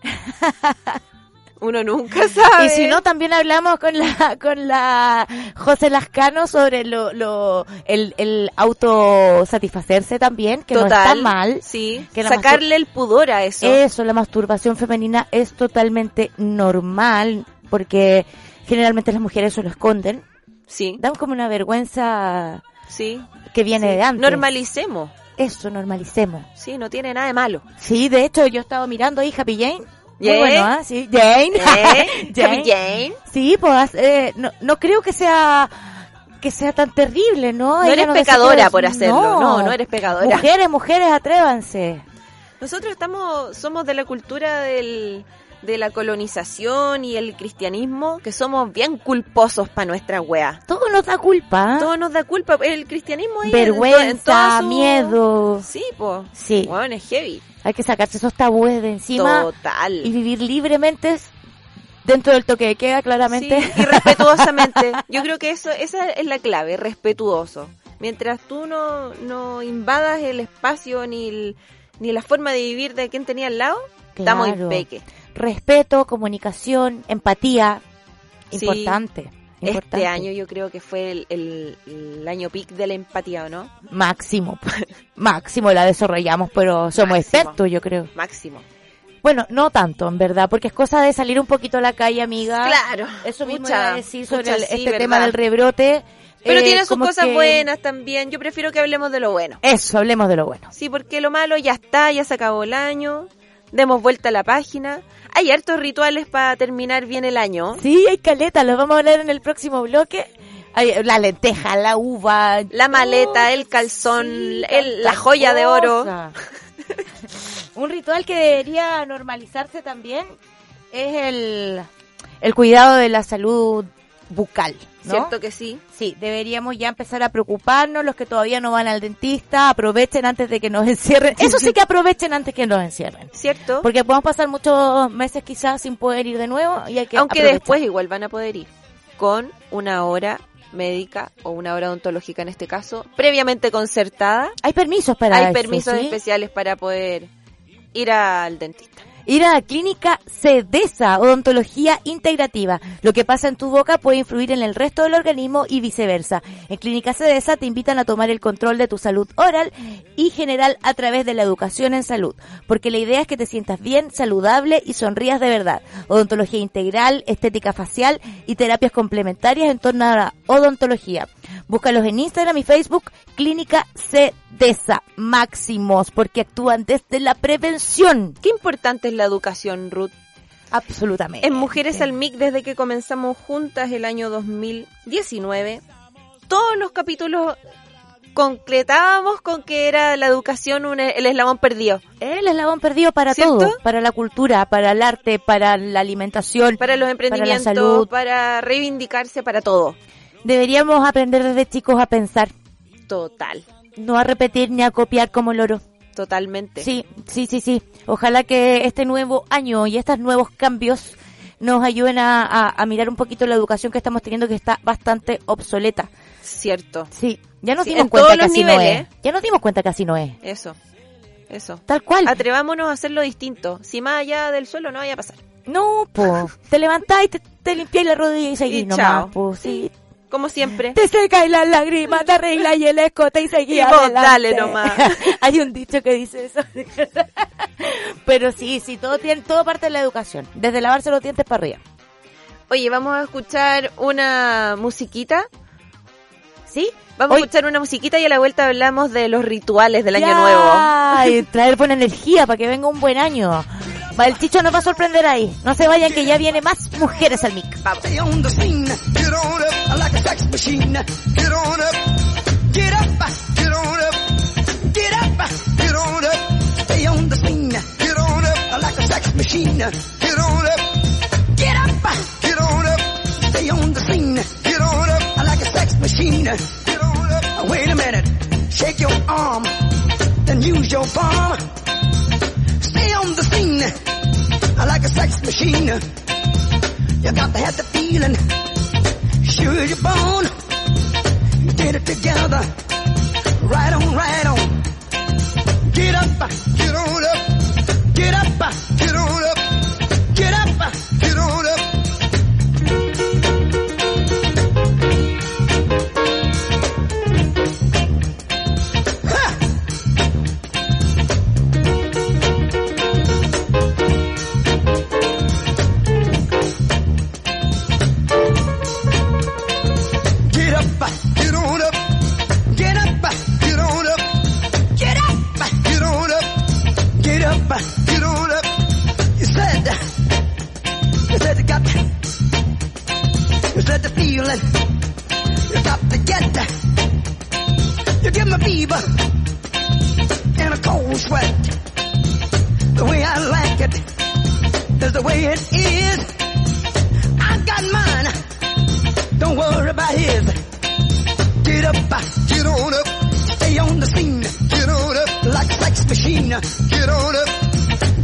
[SPEAKER 3] Uno nunca sabe.
[SPEAKER 4] Y si no, también hablamos con la con la José Lascano sobre lo, lo el, el autosatisfacerse también, que no está
[SPEAKER 3] Total,
[SPEAKER 4] mal.
[SPEAKER 3] Sí,
[SPEAKER 4] que la
[SPEAKER 3] sacarle el pudor a eso.
[SPEAKER 4] Eso, la masturbación femenina es totalmente normal, porque generalmente las mujeres eso lo esconden.
[SPEAKER 3] sí,
[SPEAKER 4] Dan como una vergüenza
[SPEAKER 3] sí.
[SPEAKER 4] que viene
[SPEAKER 3] sí.
[SPEAKER 4] de antes.
[SPEAKER 3] Normalicemos.
[SPEAKER 4] Eso, normalicemos.
[SPEAKER 3] Sí, no tiene nada de malo.
[SPEAKER 4] Sí, de hecho, yo he estado mirando ahí Happy Jane. Muy
[SPEAKER 3] Yeah.
[SPEAKER 4] bueno, ¿ah? Sí, Jane.
[SPEAKER 3] ¿Eh?
[SPEAKER 4] Jane.
[SPEAKER 3] Jane.
[SPEAKER 4] Sí, pues eh, no, no creo que sea que sea tan terrible,
[SPEAKER 3] No
[SPEAKER 4] ¿no? Ella
[SPEAKER 3] eres
[SPEAKER 4] decía que
[SPEAKER 3] pecadora
[SPEAKER 4] eres-
[SPEAKER 3] por hacerlo, no, no eres pecadora.
[SPEAKER 4] Mujeres, mujeres, atrévanse.
[SPEAKER 3] Nosotros estamos, somos de la cultura del, de la colonización y el cristianismo, que somos bien culposos para nuestra wea.
[SPEAKER 4] Todo nos da culpa. ¿ah?
[SPEAKER 3] Todo nos da culpa. El cristianismo ahí en-
[SPEAKER 4] Vergüenza,
[SPEAKER 3] en toda su-
[SPEAKER 4] miedo.
[SPEAKER 3] Sí, po.
[SPEAKER 4] Sí.
[SPEAKER 3] Weón, es heavy.
[SPEAKER 4] Hay que sacarse esos tabúes de encima
[SPEAKER 3] Total.
[SPEAKER 4] y vivir libremente dentro del toque de queda, claramente.
[SPEAKER 3] Sí, y respetuosamente. Yo creo que eso, esa es la clave, respetuoso. Mientras tú no, no invadas el espacio ni, el- ni la forma de vivir de quien tenía al lado, estamos Este
[SPEAKER 4] Claro.
[SPEAKER 3] impeque.
[SPEAKER 4] Respeto, comunicación, empatía.
[SPEAKER 3] Sí.
[SPEAKER 4] Importante. importante.
[SPEAKER 3] Este año yo creo que fue el, el- el año pic de la empatía, ¿o no?
[SPEAKER 4] Máximo. Máximo la desarrollamos, pero
[SPEAKER 3] Máximo.
[SPEAKER 4] somos expertos, yo creo.
[SPEAKER 3] Máximo.
[SPEAKER 4] Bueno, no tanto, en verdad, porque es cosa de salir un poquito a la calle, amiga.
[SPEAKER 3] Claro.
[SPEAKER 4] Ah, Eso mismo
[SPEAKER 3] Pucha,
[SPEAKER 4] iba a decir sobre
[SPEAKER 3] pucha,
[SPEAKER 4] el-
[SPEAKER 3] sí,
[SPEAKER 4] este
[SPEAKER 3] ¿verdad?
[SPEAKER 4] tema del rebrote.
[SPEAKER 3] Pero
[SPEAKER 4] Eh,
[SPEAKER 3] tiene sus
[SPEAKER 4] como
[SPEAKER 3] cosas
[SPEAKER 4] que-
[SPEAKER 3] buenas también. Yo prefiero que hablemos de lo bueno.
[SPEAKER 4] Eso, hablemos de lo bueno.
[SPEAKER 3] Sí, porque lo malo ya está, ya se acabó el año. Demos vuelta a la página. Hay hartos rituales para terminar bien el año.
[SPEAKER 4] Sí, hay caleta, los vamos a hablar en el próximo bloque. Ay, la lenteja, la uva.
[SPEAKER 3] La maleta, el calzón, el- la joya de oro.
[SPEAKER 4] cosa. Un ritual que debería normalizarse también es el, el cuidado de la salud bucal, ¿no?
[SPEAKER 3] ¿Cierto que sí?
[SPEAKER 4] Sí, deberíamos ya empezar a preocuparnos, los que todavía no van al dentista, aprovechen antes de que nos encierren. Eso sí que aprovechen antes que nos encierren.
[SPEAKER 3] ¿Cierto?
[SPEAKER 4] Porque podemos pasar muchos meses quizás sin poder ir de nuevo y hay que
[SPEAKER 3] Aunque
[SPEAKER 4] aprovechar.
[SPEAKER 3] después igual van a poder ir con una hora médica o una hora odontológica en este caso, previamente concertada.
[SPEAKER 4] Hay permisos para
[SPEAKER 3] Hay
[SPEAKER 4] eso,
[SPEAKER 3] permisos
[SPEAKER 4] ¿sí?
[SPEAKER 3] especiales para poder ir al dentista.
[SPEAKER 4] Ir a la clínica CEDESA, odontología integrativa. Lo que pasa en tu boca puede influir en el resto del organismo y viceversa. En Clínica CEDESA te invitan a tomar el control de tu salud oral y general a través de la educación en salud. Porque la idea es que te sientas bien, saludable y sonrías de verdad. Odontología integral, estética facial y terapias complementarias en torno a la odontología. Búscalos en Instagram y Facebook, Clínica CEDESA. Máximos, porque actúan desde la prevención.
[SPEAKER 3] Qué importante es la educación, Ruth.
[SPEAKER 4] Absolutamente.
[SPEAKER 3] En Mujeres al MIC, desde que comenzamos juntas el año 2019, todos los capítulos concretábamos con que era la educación un- e, el eslabón perdido.
[SPEAKER 4] El eslabón perdido para
[SPEAKER 3] ¿Cierto?
[SPEAKER 4] todo. Para la cultura, para el arte, para la alimentación.
[SPEAKER 3] Para los emprendimientos, para,
[SPEAKER 4] salud.
[SPEAKER 3] reivindicarse, para todo.
[SPEAKER 4] Deberíamos aprender desde chicos a pensar.
[SPEAKER 3] Total,
[SPEAKER 4] No a repetir ni a copiar como loro.
[SPEAKER 3] totalmente.
[SPEAKER 4] Sí, sí, sí, sí. Ojalá que este nuevo año y estos nuevos cambios nos ayuden a, a- a mirar un poquito la educación que estamos teniendo que está bastante obsoleta.
[SPEAKER 3] Cierto,
[SPEAKER 4] Sí. Ya nos
[SPEAKER 3] Sí,
[SPEAKER 4] dimos
[SPEAKER 3] en
[SPEAKER 4] cuenta
[SPEAKER 3] todos
[SPEAKER 4] que
[SPEAKER 3] los
[SPEAKER 4] así
[SPEAKER 3] niveles.
[SPEAKER 4] no es. Ya nos dimos cuenta que así no es.
[SPEAKER 3] eso, eso.
[SPEAKER 4] Tal cual.
[SPEAKER 3] Atrevámonos a hacerlo distinto. Si más allá del suelo no vaya a pasar.
[SPEAKER 4] no, po. Te levantáis, te, te limpiáis la rodilla y seguís
[SPEAKER 3] Y
[SPEAKER 4] nomás,
[SPEAKER 3] chao.
[SPEAKER 4] po. Sí,
[SPEAKER 3] Como siempre.
[SPEAKER 4] Te seca la lágrima, te arregla y el escote y seguí
[SPEAKER 3] Y vos
[SPEAKER 4] adelante.
[SPEAKER 3] dale nomás.
[SPEAKER 4] Hay un dicho que dice eso. Pero sí, sí, todo tiene, todo parte de la educación. Desde lavarse los dientes para arriba.
[SPEAKER 3] Oye, vamos a escuchar una musiquita.
[SPEAKER 4] ¿Sí?
[SPEAKER 3] Vamos
[SPEAKER 4] Hoy-
[SPEAKER 3] a escuchar una musiquita y a la vuelta hablamos de los rituales del año
[SPEAKER 4] Ya,
[SPEAKER 3] nuevo.
[SPEAKER 4] y traer buena energía para que venga un buen año. Va, El chicho nos va a sorprender ahí. No se vayan que ya viene más mujeres al mic.
[SPEAKER 5] Stay on the scene. Get on up like a sex machine. Get on up. Get up. Get on up. Get up. Get on up. Stay on the scene. Get on up like a sex machine. Get on up. Get up. Get on up. Stay on the scene. Get on up like a sex machine. Get on up. Now Wait a minute. Shake your arm. Then use your palm. Stay on the scene. Like a sex machine. You got to have the feeling. Sure you're born. Get it together. Right on, right on. Get up, get on up. Get up, get on up. Get up, get on up. Get up, get on up. Get up, get on up. Get up, get on up. Get up, get on up. You said, you said you got, you said the feeling. You got to get, you give me fever and a cold sweat. The way I like it is the way it is. I got mine. Don't worry about his. Get up, uh, get on up, stay on the scene. Get on up like a sex machine. Get on up,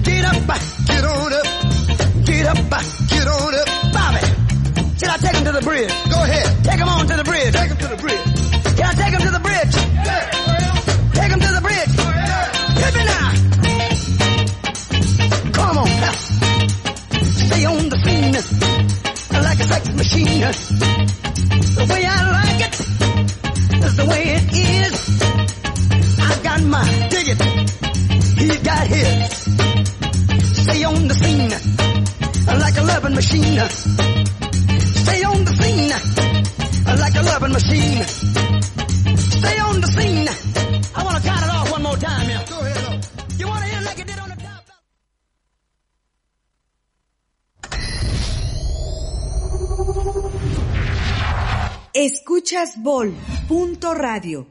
[SPEAKER 5] get up, uh, get on up, get up, uh, get on up. Bobby, should I take him to the bridge? Go ahead, take him on to the bridge. Take him to the bridge. Can I take him to the bridge? Take him to the bridge. Hit me now. Come on, now. stay on the scene like a sex machine. The way I like it is the way it is. I got my dig it, he got his. Stay on the scene like a loving machine. Stay on the scene like a loving machine. Stay on the scene. I want to count it off one more time here. Go ahead, Lord. You want to hear it like it did on the top?
[SPEAKER 6] Escuchas Bol. Punto radio.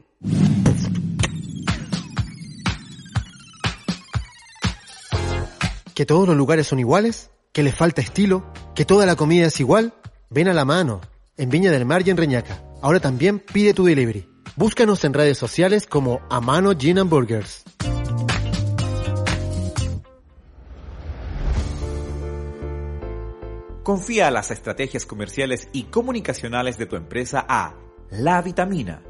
[SPEAKER 6] que todos los lugares son iguales, que les falta estilo, que toda la comida es igual, ven a la mano, en Viña del Mar y en Reñaca. Ahora también pide tu delivery. Búscanos en redes sociales como Amano Gin and Burgers.
[SPEAKER 7] Confía las estrategias comerciales y comunicacionales de tu empresa a La Vitamina.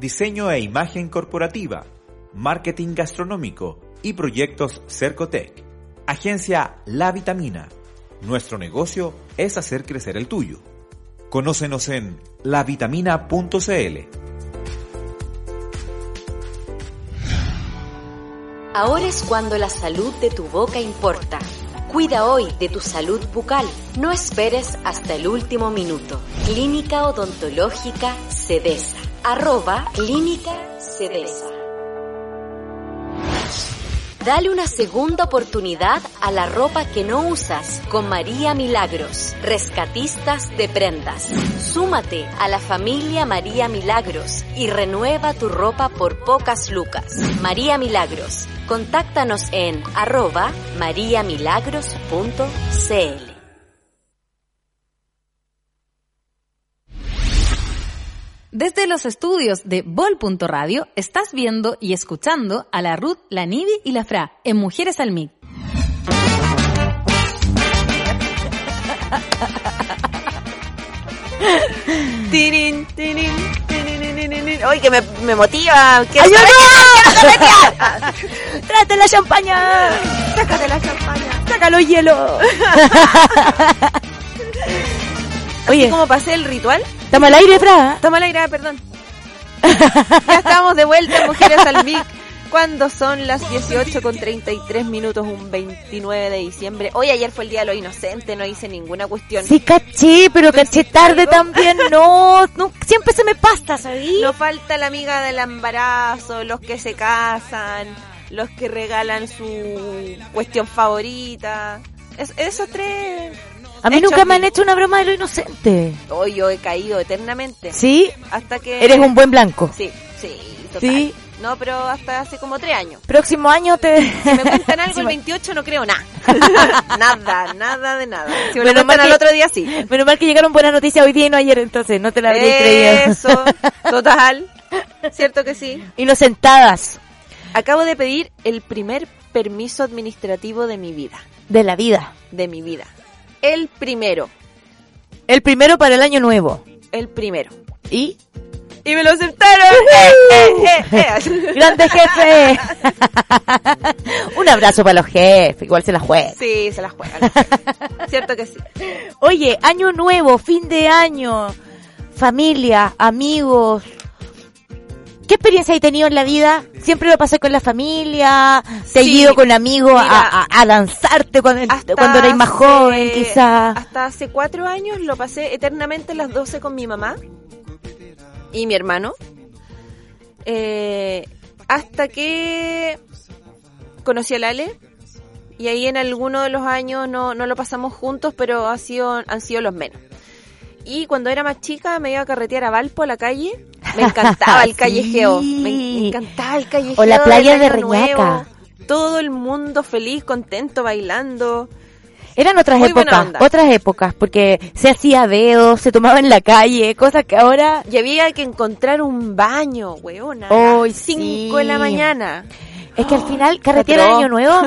[SPEAKER 7] Diseño e imagen corporativa, marketing gastronómico y proyectos Cercotec. Agencia La Vitamina. Nuestro negocio es hacer crecer el tuyo. Conócenos en lavitamina.cl.
[SPEAKER 8] Ahora es cuando la salud de tu boca importa. Cuida hoy de tu salud bucal. No esperes hasta el último minuto. Clínica Odontológica Cedesa. Arroba Clínica Cedesa. Dale una segunda oportunidad a la ropa que no usas con María Milagros, rescatistas de prendas. Súmate a la familia María Milagros y renueva tu ropa por pocas lucas. María Milagros, contáctanos en arroba mariamilagros.cl.
[SPEAKER 1] Desde los estudios de Vol.radio estás viendo y escuchando a la Ruth, la Nivi y la Fra en Mujeres al Mic.
[SPEAKER 3] Tirin, tirin, tirin, tirin, tirin. ¡Ay, que me, me motiva! ¡Que
[SPEAKER 4] ¡Ayuda!
[SPEAKER 3] ¡Trate la champaña! ¡Sácate la champaña!
[SPEAKER 4] ¡Saca los hielos!
[SPEAKER 3] Oye,
[SPEAKER 4] Oye,
[SPEAKER 3] ¿cómo pasé el ritual?
[SPEAKER 4] estamos al aire, Fra.
[SPEAKER 3] Toma la grada, perdón. ya estamos de vuelta, mujeres al MIC. Cuando son las 18 con 33 minutos, un 29 de diciembre. Hoy ayer fue el Día de lo Inocente, no hice ninguna cuestión.
[SPEAKER 4] Sí, caché, pero caché tarde
[SPEAKER 3] algo?
[SPEAKER 4] también. No, no, siempre se me pasa, ¿sabí?
[SPEAKER 3] No falta la amiga del embarazo, los que se casan, los que regalan su cuestión favorita. Es- esos tres.
[SPEAKER 4] A mí
[SPEAKER 3] Hecho
[SPEAKER 4] nunca me
[SPEAKER 3] aquí.
[SPEAKER 4] han hecho una broma de lo inocente.
[SPEAKER 3] Hoy yo he caído eternamente.
[SPEAKER 4] ¿Sí?
[SPEAKER 3] Hasta que.
[SPEAKER 4] Eres un buen blanco.
[SPEAKER 3] Sí, sí, total.
[SPEAKER 4] Sí.
[SPEAKER 3] No, pero hasta hace como tres años.
[SPEAKER 4] Próximo año te...
[SPEAKER 3] Si me cuentan algo el 28 no creo nada. nada, nada de nada. Si me lo
[SPEAKER 4] Menos mal
[SPEAKER 3] cuentan al
[SPEAKER 4] que-
[SPEAKER 3] otro día sí.
[SPEAKER 4] Menos mal que llegaron buenas noticias hoy día y no ayer, entonces no te la habría creído.
[SPEAKER 3] Eso, total. Cierto que sí.
[SPEAKER 4] Inocentadas
[SPEAKER 3] Acabo de pedir el primer permiso administrativo de mi vida.
[SPEAKER 4] de la vida.
[SPEAKER 3] De mi vida. El primero.
[SPEAKER 4] El primero para el año nuevo.
[SPEAKER 3] El primero.
[SPEAKER 4] ¿Y?
[SPEAKER 3] Y me lo aceptaron. Eh, eh, eh, eh.
[SPEAKER 4] ¡Grande jefe! Un abrazo para los jefes, igual se la juega.
[SPEAKER 3] eh. Sí, se las juegan. Cierto que sí.
[SPEAKER 4] Oye, año nuevo, fin de año, familia, amigos. ¿Qué experiencia he tenido en la vida? Siempre lo pasé con la familia, te he
[SPEAKER 3] Sí,
[SPEAKER 4] ido con amigos a-
[SPEAKER 3] mira.
[SPEAKER 4] a, a danzarte cuando,
[SPEAKER 3] Hasta
[SPEAKER 4] cuando eras más
[SPEAKER 3] hace-
[SPEAKER 4] joven, quizás.
[SPEAKER 3] Hasta hace cuatro años lo pasé eternamente las 12 con mi mamá y mi hermano. Eh, hasta que conocí a Lale. Y ahí en alguno de los años no, no lo pasamos juntos, pero ha sido, han sido los menos. Y cuando era más chica me iba a carretear a Valpo, a la calle. Me encantaba el
[SPEAKER 4] Sí.
[SPEAKER 3] callejeo. Me, me encantaba el callejeo.
[SPEAKER 4] O la
[SPEAKER 3] del
[SPEAKER 4] playa de
[SPEAKER 3] Año
[SPEAKER 4] Reñaca.
[SPEAKER 3] Nuevo. Todo el mundo feliz, contento, bailando.
[SPEAKER 4] Eran otras
[SPEAKER 3] Muy buena
[SPEAKER 4] épocas,
[SPEAKER 3] onda.
[SPEAKER 4] otras épocas, porque se hacía veo, se tomaba en la calle, cosas que ahora...
[SPEAKER 3] Y había que encontrar un baño, weona.
[SPEAKER 4] Ay,
[SPEAKER 3] Cinco
[SPEAKER 4] sí.
[SPEAKER 3] de la mañana.
[SPEAKER 4] Es que al final, carretera de
[SPEAKER 3] atroz.
[SPEAKER 4] año nuevo,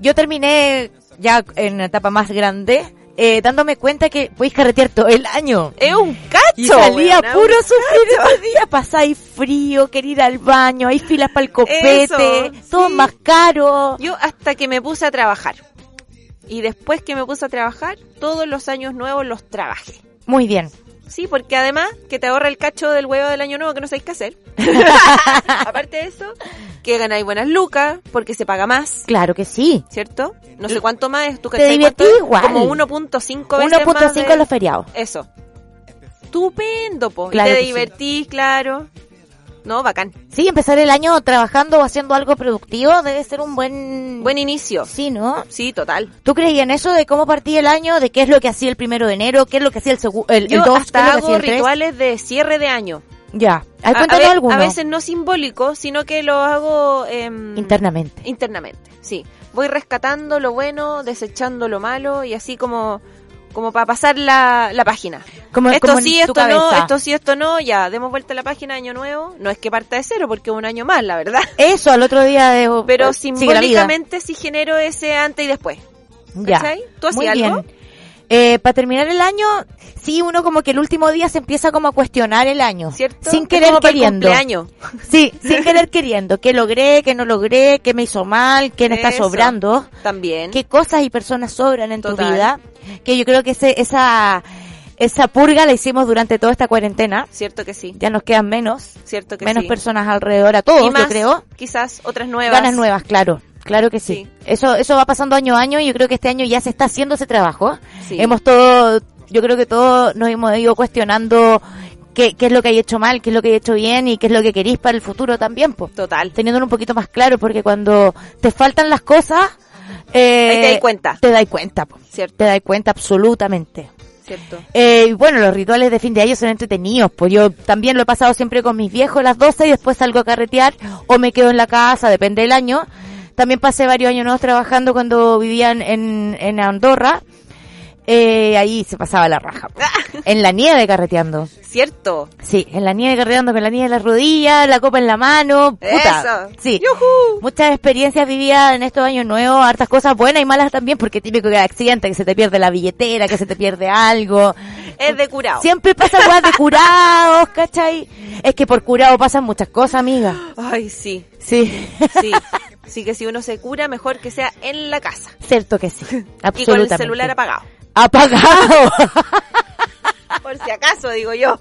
[SPEAKER 4] yo terminé ya en una etapa más grande, eh, dándome cuenta que podéis carretear todo el año.
[SPEAKER 3] Es un
[SPEAKER 4] Y
[SPEAKER 3] cacho.
[SPEAKER 4] salía
[SPEAKER 3] weona,
[SPEAKER 4] puro
[SPEAKER 3] un
[SPEAKER 4] sufrir esos días. Pasáis frío, quería ir al baño, hay filas para el copete,
[SPEAKER 3] Eso,
[SPEAKER 4] todo
[SPEAKER 3] sí.
[SPEAKER 4] más caro.
[SPEAKER 3] Yo hasta que me puse a trabajar. Y después que me puse a trabajar, todos los años nuevos los trabajé.
[SPEAKER 4] Muy bien.
[SPEAKER 3] Sí, porque además que te ahorra el cacho del huevo del año nuevo que no sabéis qué hacer. Aparte de eso, que ganáis buenas lucas porque se paga más,
[SPEAKER 4] Claro que sí.
[SPEAKER 3] ¿cierto? No sé cuánto más es tu
[SPEAKER 4] Te
[SPEAKER 3] cachai cuánto
[SPEAKER 4] divertí
[SPEAKER 3] es?
[SPEAKER 4] igual.
[SPEAKER 3] Como 1.5 veces más
[SPEAKER 4] 1.5
[SPEAKER 3] de-
[SPEAKER 4] los feriados.
[SPEAKER 3] Eso. Estupendo, po. Y
[SPEAKER 4] Claro que
[SPEAKER 3] te
[SPEAKER 4] sí.
[SPEAKER 3] divertís, claro. No, bacán.
[SPEAKER 4] Sí, empezar el año trabajando o haciendo algo productivo debe ser un buen...
[SPEAKER 3] Buen inicio.
[SPEAKER 4] Sí, ¿no?
[SPEAKER 3] Sí, total.
[SPEAKER 4] ¿Tú creías en eso de cómo partí el año? ¿De qué es lo que hacía el primero de enero? ¿Qué es lo que hacía el, segu- el, el
[SPEAKER 3] Yo
[SPEAKER 4] dos, qué es
[SPEAKER 3] hasta
[SPEAKER 4] lo que hacía
[SPEAKER 3] hago
[SPEAKER 4] el tres?
[SPEAKER 3] rituales de cierre de año.
[SPEAKER 4] Ya.
[SPEAKER 3] A,
[SPEAKER 4] Hay
[SPEAKER 3] a
[SPEAKER 4] cuéntanos
[SPEAKER 3] ve-
[SPEAKER 4] alguno.
[SPEAKER 3] a veces no simbólico, sino que lo hago em,
[SPEAKER 4] Internamente.
[SPEAKER 3] internamente, sí. Voy rescatando lo bueno, desechando lo malo y así como, como para pasar la, la página.
[SPEAKER 4] Como,
[SPEAKER 3] esto
[SPEAKER 4] como en
[SPEAKER 3] sí,
[SPEAKER 4] tu
[SPEAKER 3] esto no,
[SPEAKER 4] cabeza.
[SPEAKER 3] esto sí, esto no, ya, demos vuelta a la página, año nuevo. No es que parta de cero porque es un año más, la verdad.
[SPEAKER 4] Eso, al otro día de... eh,
[SPEAKER 3] Pero
[SPEAKER 4] sigue la vida.
[SPEAKER 3] simbólicamente sí genero ese antes y después.
[SPEAKER 4] Ya.
[SPEAKER 3] ¿Cachai? ¿Tú
[SPEAKER 4] Muy
[SPEAKER 3] hacías
[SPEAKER 4] bien.
[SPEAKER 3] algo?
[SPEAKER 4] Eh, para terminar el año, sí, uno como que el último día se empieza como a cuestionar el año.
[SPEAKER 3] ¿Cierto?
[SPEAKER 4] Sin
[SPEAKER 3] Que
[SPEAKER 4] querer
[SPEAKER 3] como para el
[SPEAKER 4] queriendo.
[SPEAKER 3] cumpleaños.
[SPEAKER 4] Sí, sin querer queriendo. ¿Qué logré? ¿Qué no logré? ¿Qué me hizo mal? ¿Qué no está
[SPEAKER 3] Eso.
[SPEAKER 4] sobrando?
[SPEAKER 3] También.
[SPEAKER 4] ¿Qué cosas y personas sobran en tu
[SPEAKER 3] Total.
[SPEAKER 4] vida? Que yo creo que ese, esa, esa purga la hicimos durante toda esta cuarentena.
[SPEAKER 3] Cierto que sí.
[SPEAKER 4] Ya nos quedan menos,
[SPEAKER 3] Cierto que
[SPEAKER 4] menos
[SPEAKER 3] sí.
[SPEAKER 4] personas alrededor a todos,
[SPEAKER 3] Y más,
[SPEAKER 4] yo creo.
[SPEAKER 3] Quizás otras nuevas.
[SPEAKER 4] Ganas nuevas, claro. Claro que sí.
[SPEAKER 3] Sí.
[SPEAKER 4] Eso, eso va pasando año a año y yo creo que este año ya se está haciendo ese trabajo.
[SPEAKER 3] Sí.
[SPEAKER 4] Hemos todo, yo creo que todos nos hemos ido cuestionando qué, qué es lo que hay hecho mal, qué es lo que hay hecho bien y qué es lo que querís para el futuro también, pues.
[SPEAKER 3] Total.
[SPEAKER 4] Teniéndolo un poquito más claro, porque cuando te faltan las cosas, eh,
[SPEAKER 3] Ahí te das cuenta.
[SPEAKER 4] Te das cuenta, po.
[SPEAKER 3] Cierto,
[SPEAKER 4] Te das cuenta absolutamente.
[SPEAKER 3] cierto.
[SPEAKER 4] Eh, y bueno, los rituales de fin de año son entretenidos, pues yo también lo he pasado siempre con mis viejos a las 12 y después salgo a carretear o me quedo en la casa, depende del año. También pasé varios años nuevos trabajando cuando vivían en, en Andorra. Eh, ahí se pasaba la raja. po. En la nieve carreteando.
[SPEAKER 3] Cierto.
[SPEAKER 4] Sí, en la nieve carreteando con la nieve en las rodillas, la copa en la mano. Puta.
[SPEAKER 3] Eso.
[SPEAKER 4] Sí.
[SPEAKER 3] ¡Yujú!
[SPEAKER 4] Muchas experiencias vividas en estos años nuevos, hartas cosas buenas y malas también, porque típico que hay accidente, que se te pierde la billetera, que se te pierde algo.
[SPEAKER 3] Es de curado.
[SPEAKER 4] Siempre pasa weas de curados, ¿cachai? Es que por curado pasan muchas cosas, amiga.
[SPEAKER 3] Ay, sí,
[SPEAKER 4] Sí.
[SPEAKER 3] sí. sí que si uno se cura, mejor que sea en la casa.
[SPEAKER 4] Cierto que sí. Absolutamente.
[SPEAKER 3] Y con el celular apagado.
[SPEAKER 4] apagado.
[SPEAKER 3] Por si acaso, digo yo.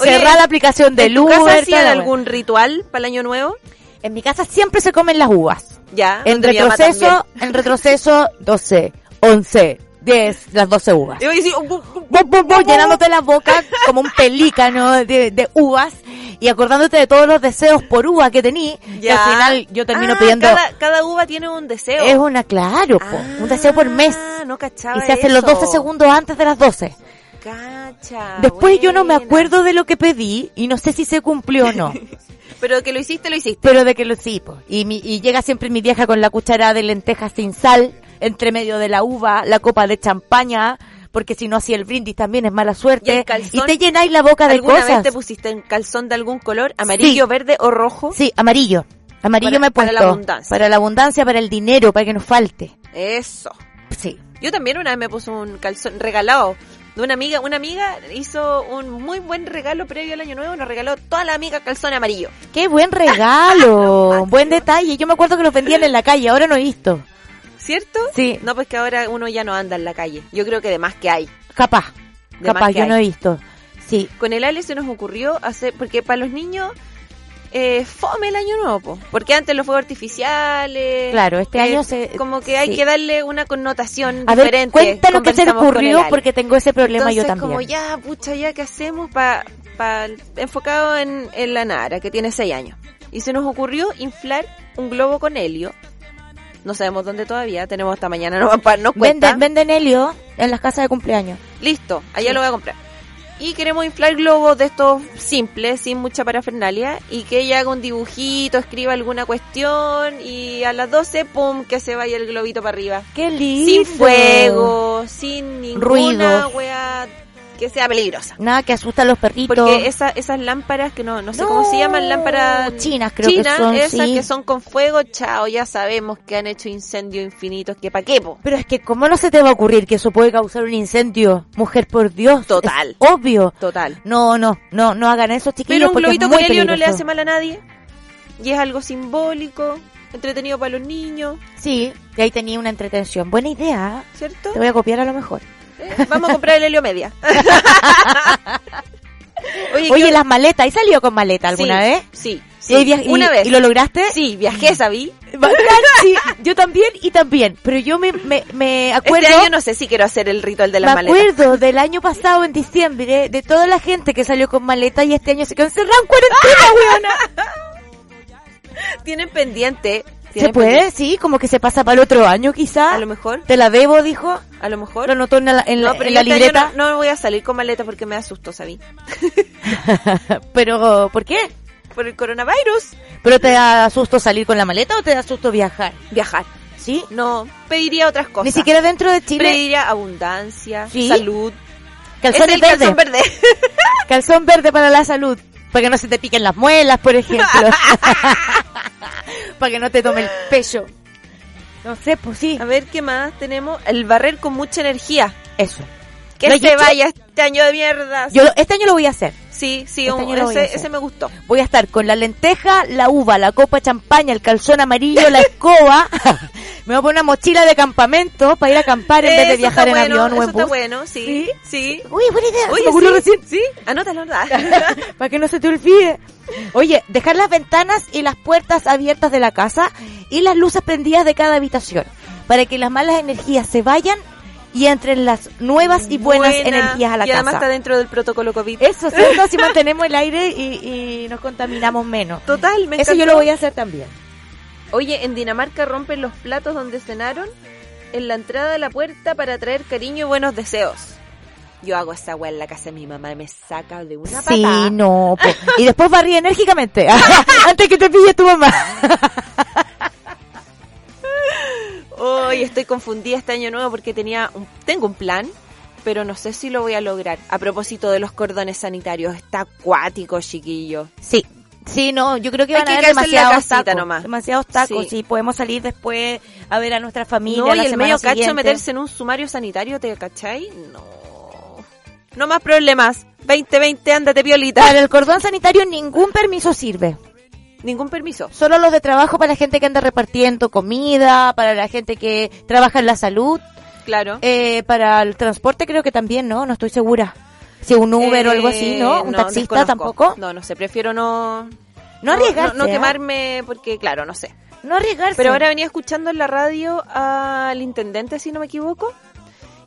[SPEAKER 4] Cerrar la aplicación
[SPEAKER 3] ¿De
[SPEAKER 4] del
[SPEAKER 3] tu casa
[SPEAKER 4] Uber. toda
[SPEAKER 3] hacían
[SPEAKER 4] la wea.
[SPEAKER 3] algún ritual para el año nuevo?
[SPEAKER 4] En mi casa siempre se comen las uvas.
[SPEAKER 3] Ya. Ah,
[SPEAKER 4] En
[SPEAKER 3] donde mi mamá
[SPEAKER 4] retroceso, en retroceso, 12, 11, 10, las 12 uvas.
[SPEAKER 3] también. Y hoy sí, uh, bu- bu-
[SPEAKER 4] Bo, bo, bo, llenándote la boca como un pelícano de, de uvas y acordándote de todos los deseos por uva que tení. Y
[SPEAKER 3] ya.
[SPEAKER 4] al final yo termino
[SPEAKER 3] Ah,
[SPEAKER 4] pidiendo...
[SPEAKER 3] Cada, cada uva tiene un deseo.
[SPEAKER 4] Es una, claro, po, un deseo por mes.
[SPEAKER 3] Ah, no cachaba
[SPEAKER 4] Y se hacen los
[SPEAKER 3] eso.
[SPEAKER 4] 12 segundos antes de las 12.
[SPEAKER 3] Cacha.
[SPEAKER 4] Después yo no me
[SPEAKER 3] buena.
[SPEAKER 4] acuerdo de lo que pedí y no sé si se cumplió o no.
[SPEAKER 3] Pero que lo hiciste, lo hiciste.
[SPEAKER 4] pero de que lo sí, po. Y, mi- y llega siempre mi vieja con la cuchara de lentejas sin sal, entre medio de la uva, la copa de champaña, porque si no hacía el brindis también es mala
[SPEAKER 3] Y
[SPEAKER 4] suerte.
[SPEAKER 3] el calzón,
[SPEAKER 4] te llenáis la boca de
[SPEAKER 3] ¿Alguna
[SPEAKER 4] cosas.
[SPEAKER 3] vez te pusiste un calzón de algún color? ¿Amarillo,
[SPEAKER 4] Sí.
[SPEAKER 3] verde o rojo?
[SPEAKER 4] Sí, amarillo. Amarillo
[SPEAKER 3] Para-
[SPEAKER 4] me he
[SPEAKER 3] para
[SPEAKER 4] puesto.
[SPEAKER 3] la abundancia.
[SPEAKER 4] Para la abundancia, para el dinero, para que nos falte.
[SPEAKER 3] Eso.
[SPEAKER 4] Sí.
[SPEAKER 3] Yo también una vez me puse un calzón regalado de una amiga. Una amiga hizo un muy buen regalo previo al año nuevo. Nos regaló toda la amiga calzón amarillo.
[SPEAKER 4] Qué buen regalo, buen detalle. Yo me acuerdo que los vendían en la calle, ahora no he visto.
[SPEAKER 3] ¿Cierto?
[SPEAKER 4] Sí.
[SPEAKER 3] No, pues que ahora uno ya no anda en la calle. Yo creo que de más que hay.
[SPEAKER 4] Capaz,
[SPEAKER 3] De
[SPEAKER 4] capaz,
[SPEAKER 3] más que
[SPEAKER 4] yo
[SPEAKER 3] hay.
[SPEAKER 4] no he visto. Sí,
[SPEAKER 3] Con el Ale se nos ocurrió hacer, porque para los niños eh, fome el año nuevo, po. porque antes los fuegos artificiales.
[SPEAKER 4] claro, este
[SPEAKER 3] eh,
[SPEAKER 4] año se...
[SPEAKER 3] Como que hay
[SPEAKER 4] sí.
[SPEAKER 3] que darle una connotación
[SPEAKER 4] A ver,
[SPEAKER 3] diferente.
[SPEAKER 4] cuenta lo que se te
[SPEAKER 3] Conversamos con el
[SPEAKER 4] ocurrió
[SPEAKER 3] Ale.
[SPEAKER 4] porque tengo ese problema
[SPEAKER 3] Entonces,
[SPEAKER 4] yo también.
[SPEAKER 3] como ya, pucha, ya, ¿qué hacemos? Pa, pa- enfocado en, en la Nara, que tiene 6 años. Y se nos ocurrió inflar un globo con helio. No sabemos dónde todavía, tenemos hasta mañana no para nos cuenta.
[SPEAKER 4] Venden, venden helio en las casas de cumpleaños.
[SPEAKER 3] Listo, allá lo voy a comprar. Y queremos inflar globos de estos simples, sin mucha parafernalia, y que ella haga un dibujito, escriba alguna cuestión, y a las 12, pum, que se vaya el globito para arriba.
[SPEAKER 4] Qué lindo.
[SPEAKER 3] Sin fuego, sin ninguna
[SPEAKER 4] Ruido.
[SPEAKER 3] wea que sea peligrosa.
[SPEAKER 4] Nada que asusta a los perritos.
[SPEAKER 3] Porque esa- esas lámparas que no, no sé cómo se llaman, lámparas
[SPEAKER 4] chinas creo que
[SPEAKER 3] chinas,
[SPEAKER 4] son,
[SPEAKER 3] esas
[SPEAKER 4] sí.
[SPEAKER 3] que son con fuego, chao, ya sabemos que han hecho incendios infinitos, que pa' qué, po.
[SPEAKER 4] Pero es que cómo no se te va a ocurrir que eso puede causar un incendio, mujer por Dios.
[SPEAKER 3] Total.
[SPEAKER 4] Es obvio.
[SPEAKER 3] Total.
[SPEAKER 4] No, no, no, no hagan eso, chiquillos.
[SPEAKER 3] Pero un
[SPEAKER 4] porque es
[SPEAKER 3] globito
[SPEAKER 4] muy
[SPEAKER 3] con helio no le
[SPEAKER 4] peligroso.
[SPEAKER 3] hace mal a nadie. Y es algo simbólico, entretenido para los niños,
[SPEAKER 4] Sí, y ahí tenía una entretención. Buena idea. ¿eh?
[SPEAKER 3] ¿cierto?
[SPEAKER 4] Te voy a copiar a lo mejor.
[SPEAKER 3] Eh, Vamos a comprar el helio media. Oye,
[SPEAKER 4] Oye,
[SPEAKER 3] ¿qué-
[SPEAKER 4] las maletas. ¿Y salió con maleta alguna
[SPEAKER 3] sí,
[SPEAKER 4] vez?
[SPEAKER 3] Sí,
[SPEAKER 4] ¿Y ahí
[SPEAKER 3] sí.
[SPEAKER 4] via- y-
[SPEAKER 3] una vez.
[SPEAKER 4] ¿Y lo lograste?
[SPEAKER 3] Sí, viajé, ¿sabí? Este
[SPEAKER 4] Bacán, sí, yo también y también. Pero yo me, me, me acuerdo.
[SPEAKER 3] Este año no sé si quiero hacer el ritual de
[SPEAKER 4] me
[SPEAKER 3] la maleta.
[SPEAKER 4] acuerdo del año pasado en diciembre de toda la gente que salió con maleta y este año se quedó encerrada
[SPEAKER 3] Ah,
[SPEAKER 4] en cuarentena, weona.
[SPEAKER 3] Tienen pendiente.
[SPEAKER 4] ¿Se
[SPEAKER 3] tienen
[SPEAKER 4] puede?
[SPEAKER 3] pendiente.
[SPEAKER 4] Sí, como que se pasa para el otro año quizá.
[SPEAKER 3] A lo mejor.
[SPEAKER 4] Te la debo, dijo.
[SPEAKER 3] A lo mejor.
[SPEAKER 4] Lo notó en la, en la-
[SPEAKER 3] No, pero
[SPEAKER 4] en la
[SPEAKER 3] este año
[SPEAKER 4] libreta.
[SPEAKER 3] No, no voy a salir con maleta porque me asustó, sabí.
[SPEAKER 4] Pero, ¿por qué?
[SPEAKER 3] Por el coronavirus,
[SPEAKER 4] ¿Pero te da susto salir con la maleta o te da susto viajar?
[SPEAKER 3] viajar.
[SPEAKER 4] ¿Sí?
[SPEAKER 3] No, pediría otras cosas.
[SPEAKER 4] Ni siquiera dentro de Chile.
[SPEAKER 3] Pediría abundancia,
[SPEAKER 4] Sí.
[SPEAKER 3] salud. Ese es
[SPEAKER 4] Calzones
[SPEAKER 3] el
[SPEAKER 4] verdes.
[SPEAKER 3] calzón verde.
[SPEAKER 4] Calzón verde para la salud. Para que no se te piquen las muelas, por ejemplo. para que no te tome el pecho. No sé, pues sí.
[SPEAKER 3] A ver qué más tenemos. El barrer con mucha energía.
[SPEAKER 4] Eso.
[SPEAKER 3] Que
[SPEAKER 4] No, yo
[SPEAKER 3] se
[SPEAKER 4] creo-
[SPEAKER 3] vaya este año de mierda.
[SPEAKER 4] Yo lo- este año lo voy a hacer.
[SPEAKER 3] sí, sí,
[SPEAKER 4] este
[SPEAKER 3] un-
[SPEAKER 4] año lo voy a
[SPEAKER 3] ese,
[SPEAKER 4] hacer.
[SPEAKER 3] ese me gustó.
[SPEAKER 4] Voy a estar con la lenteja, la uva, la copa de champaña, el calzón amarillo, la escoba. Me voy a poner una mochila de campamento para ir a acampar en vez de
[SPEAKER 3] Eso
[SPEAKER 4] viajar en
[SPEAKER 3] está bueno,
[SPEAKER 4] avión o
[SPEAKER 3] eso
[SPEAKER 4] en
[SPEAKER 3] está
[SPEAKER 4] bus.
[SPEAKER 3] bueno, sí. Sí.
[SPEAKER 4] Uy, buena idea.
[SPEAKER 3] Oye,
[SPEAKER 4] se me ocurrió
[SPEAKER 3] sí,
[SPEAKER 4] recién.
[SPEAKER 3] sí. Anótalo, ¿verdad?
[SPEAKER 4] para que no se te olvide. Oye, dejar las ventanas y las puertas abiertas de la casa y las luces prendidas de cada habitación para que las malas energías se vayan y entren las nuevas y buenas
[SPEAKER 3] Buena,
[SPEAKER 4] energías a la
[SPEAKER 3] Y además está
[SPEAKER 4] casa.
[SPEAKER 3] dentro del protocolo COVID.
[SPEAKER 4] Eso, ¿cierto? Así mantenemos el aire y, y nos contaminamos menos.
[SPEAKER 3] Total, me
[SPEAKER 4] Eso yo
[SPEAKER 3] encantó.
[SPEAKER 4] lo voy a hacer también.
[SPEAKER 3] Oye, en Dinamarca rompen los platos donde cenaron en la entrada de la puerta para traer cariño y buenos deseos. Yo hago esa weá en la casa de mi mamá y me saca de una
[SPEAKER 4] sí,
[SPEAKER 3] patada.
[SPEAKER 4] no. po. Y después barrí enérgicamente antes que te pille tu mamá.
[SPEAKER 3] Hoy estoy confundida este año nuevo porque tenía un- tengo un plan, pero no sé si lo voy a lograr. A propósito de los cordones sanitarios, está acuático, chiquillo.
[SPEAKER 4] Sí. Sí, no, yo creo que
[SPEAKER 3] Hay
[SPEAKER 4] van a
[SPEAKER 3] que
[SPEAKER 4] haber
[SPEAKER 3] quedarse en la
[SPEAKER 4] demasiados
[SPEAKER 3] casita
[SPEAKER 4] tacos.
[SPEAKER 3] nomás.
[SPEAKER 4] Demasiados tacos
[SPEAKER 3] Sí.
[SPEAKER 4] y podemos salir después a ver a nuestra familia.
[SPEAKER 3] no,
[SPEAKER 4] la
[SPEAKER 3] y el
[SPEAKER 4] semana
[SPEAKER 3] medio cacho
[SPEAKER 4] siguiente.
[SPEAKER 3] meterse en un sumario sanitario, ¿te cachai? No. No más problemas. 2020, ándate,
[SPEAKER 4] Para
[SPEAKER 3] piolita.
[SPEAKER 4] el cordón sanitario ningún permiso sirve.
[SPEAKER 3] Ningún permiso.
[SPEAKER 4] Solo los de trabajo para la gente que anda repartiendo comida, para la gente que trabaja en la salud,
[SPEAKER 3] Claro.
[SPEAKER 4] eh, para el transporte creo que también, ¿no? No estoy segura. Si un Uber o algo así,
[SPEAKER 3] Eh,
[SPEAKER 4] ¿no? Un taxista
[SPEAKER 3] desconozco.
[SPEAKER 4] tampoco. No,
[SPEAKER 3] No, no sé, prefiero no...
[SPEAKER 4] arriesgarse.
[SPEAKER 3] No, no
[SPEAKER 4] ¿ah?
[SPEAKER 3] quemarme porque, claro, no sé.
[SPEAKER 4] No arriesgarse.
[SPEAKER 3] Pero ahora venía escuchando en la radio al intendente, si no me equivoco.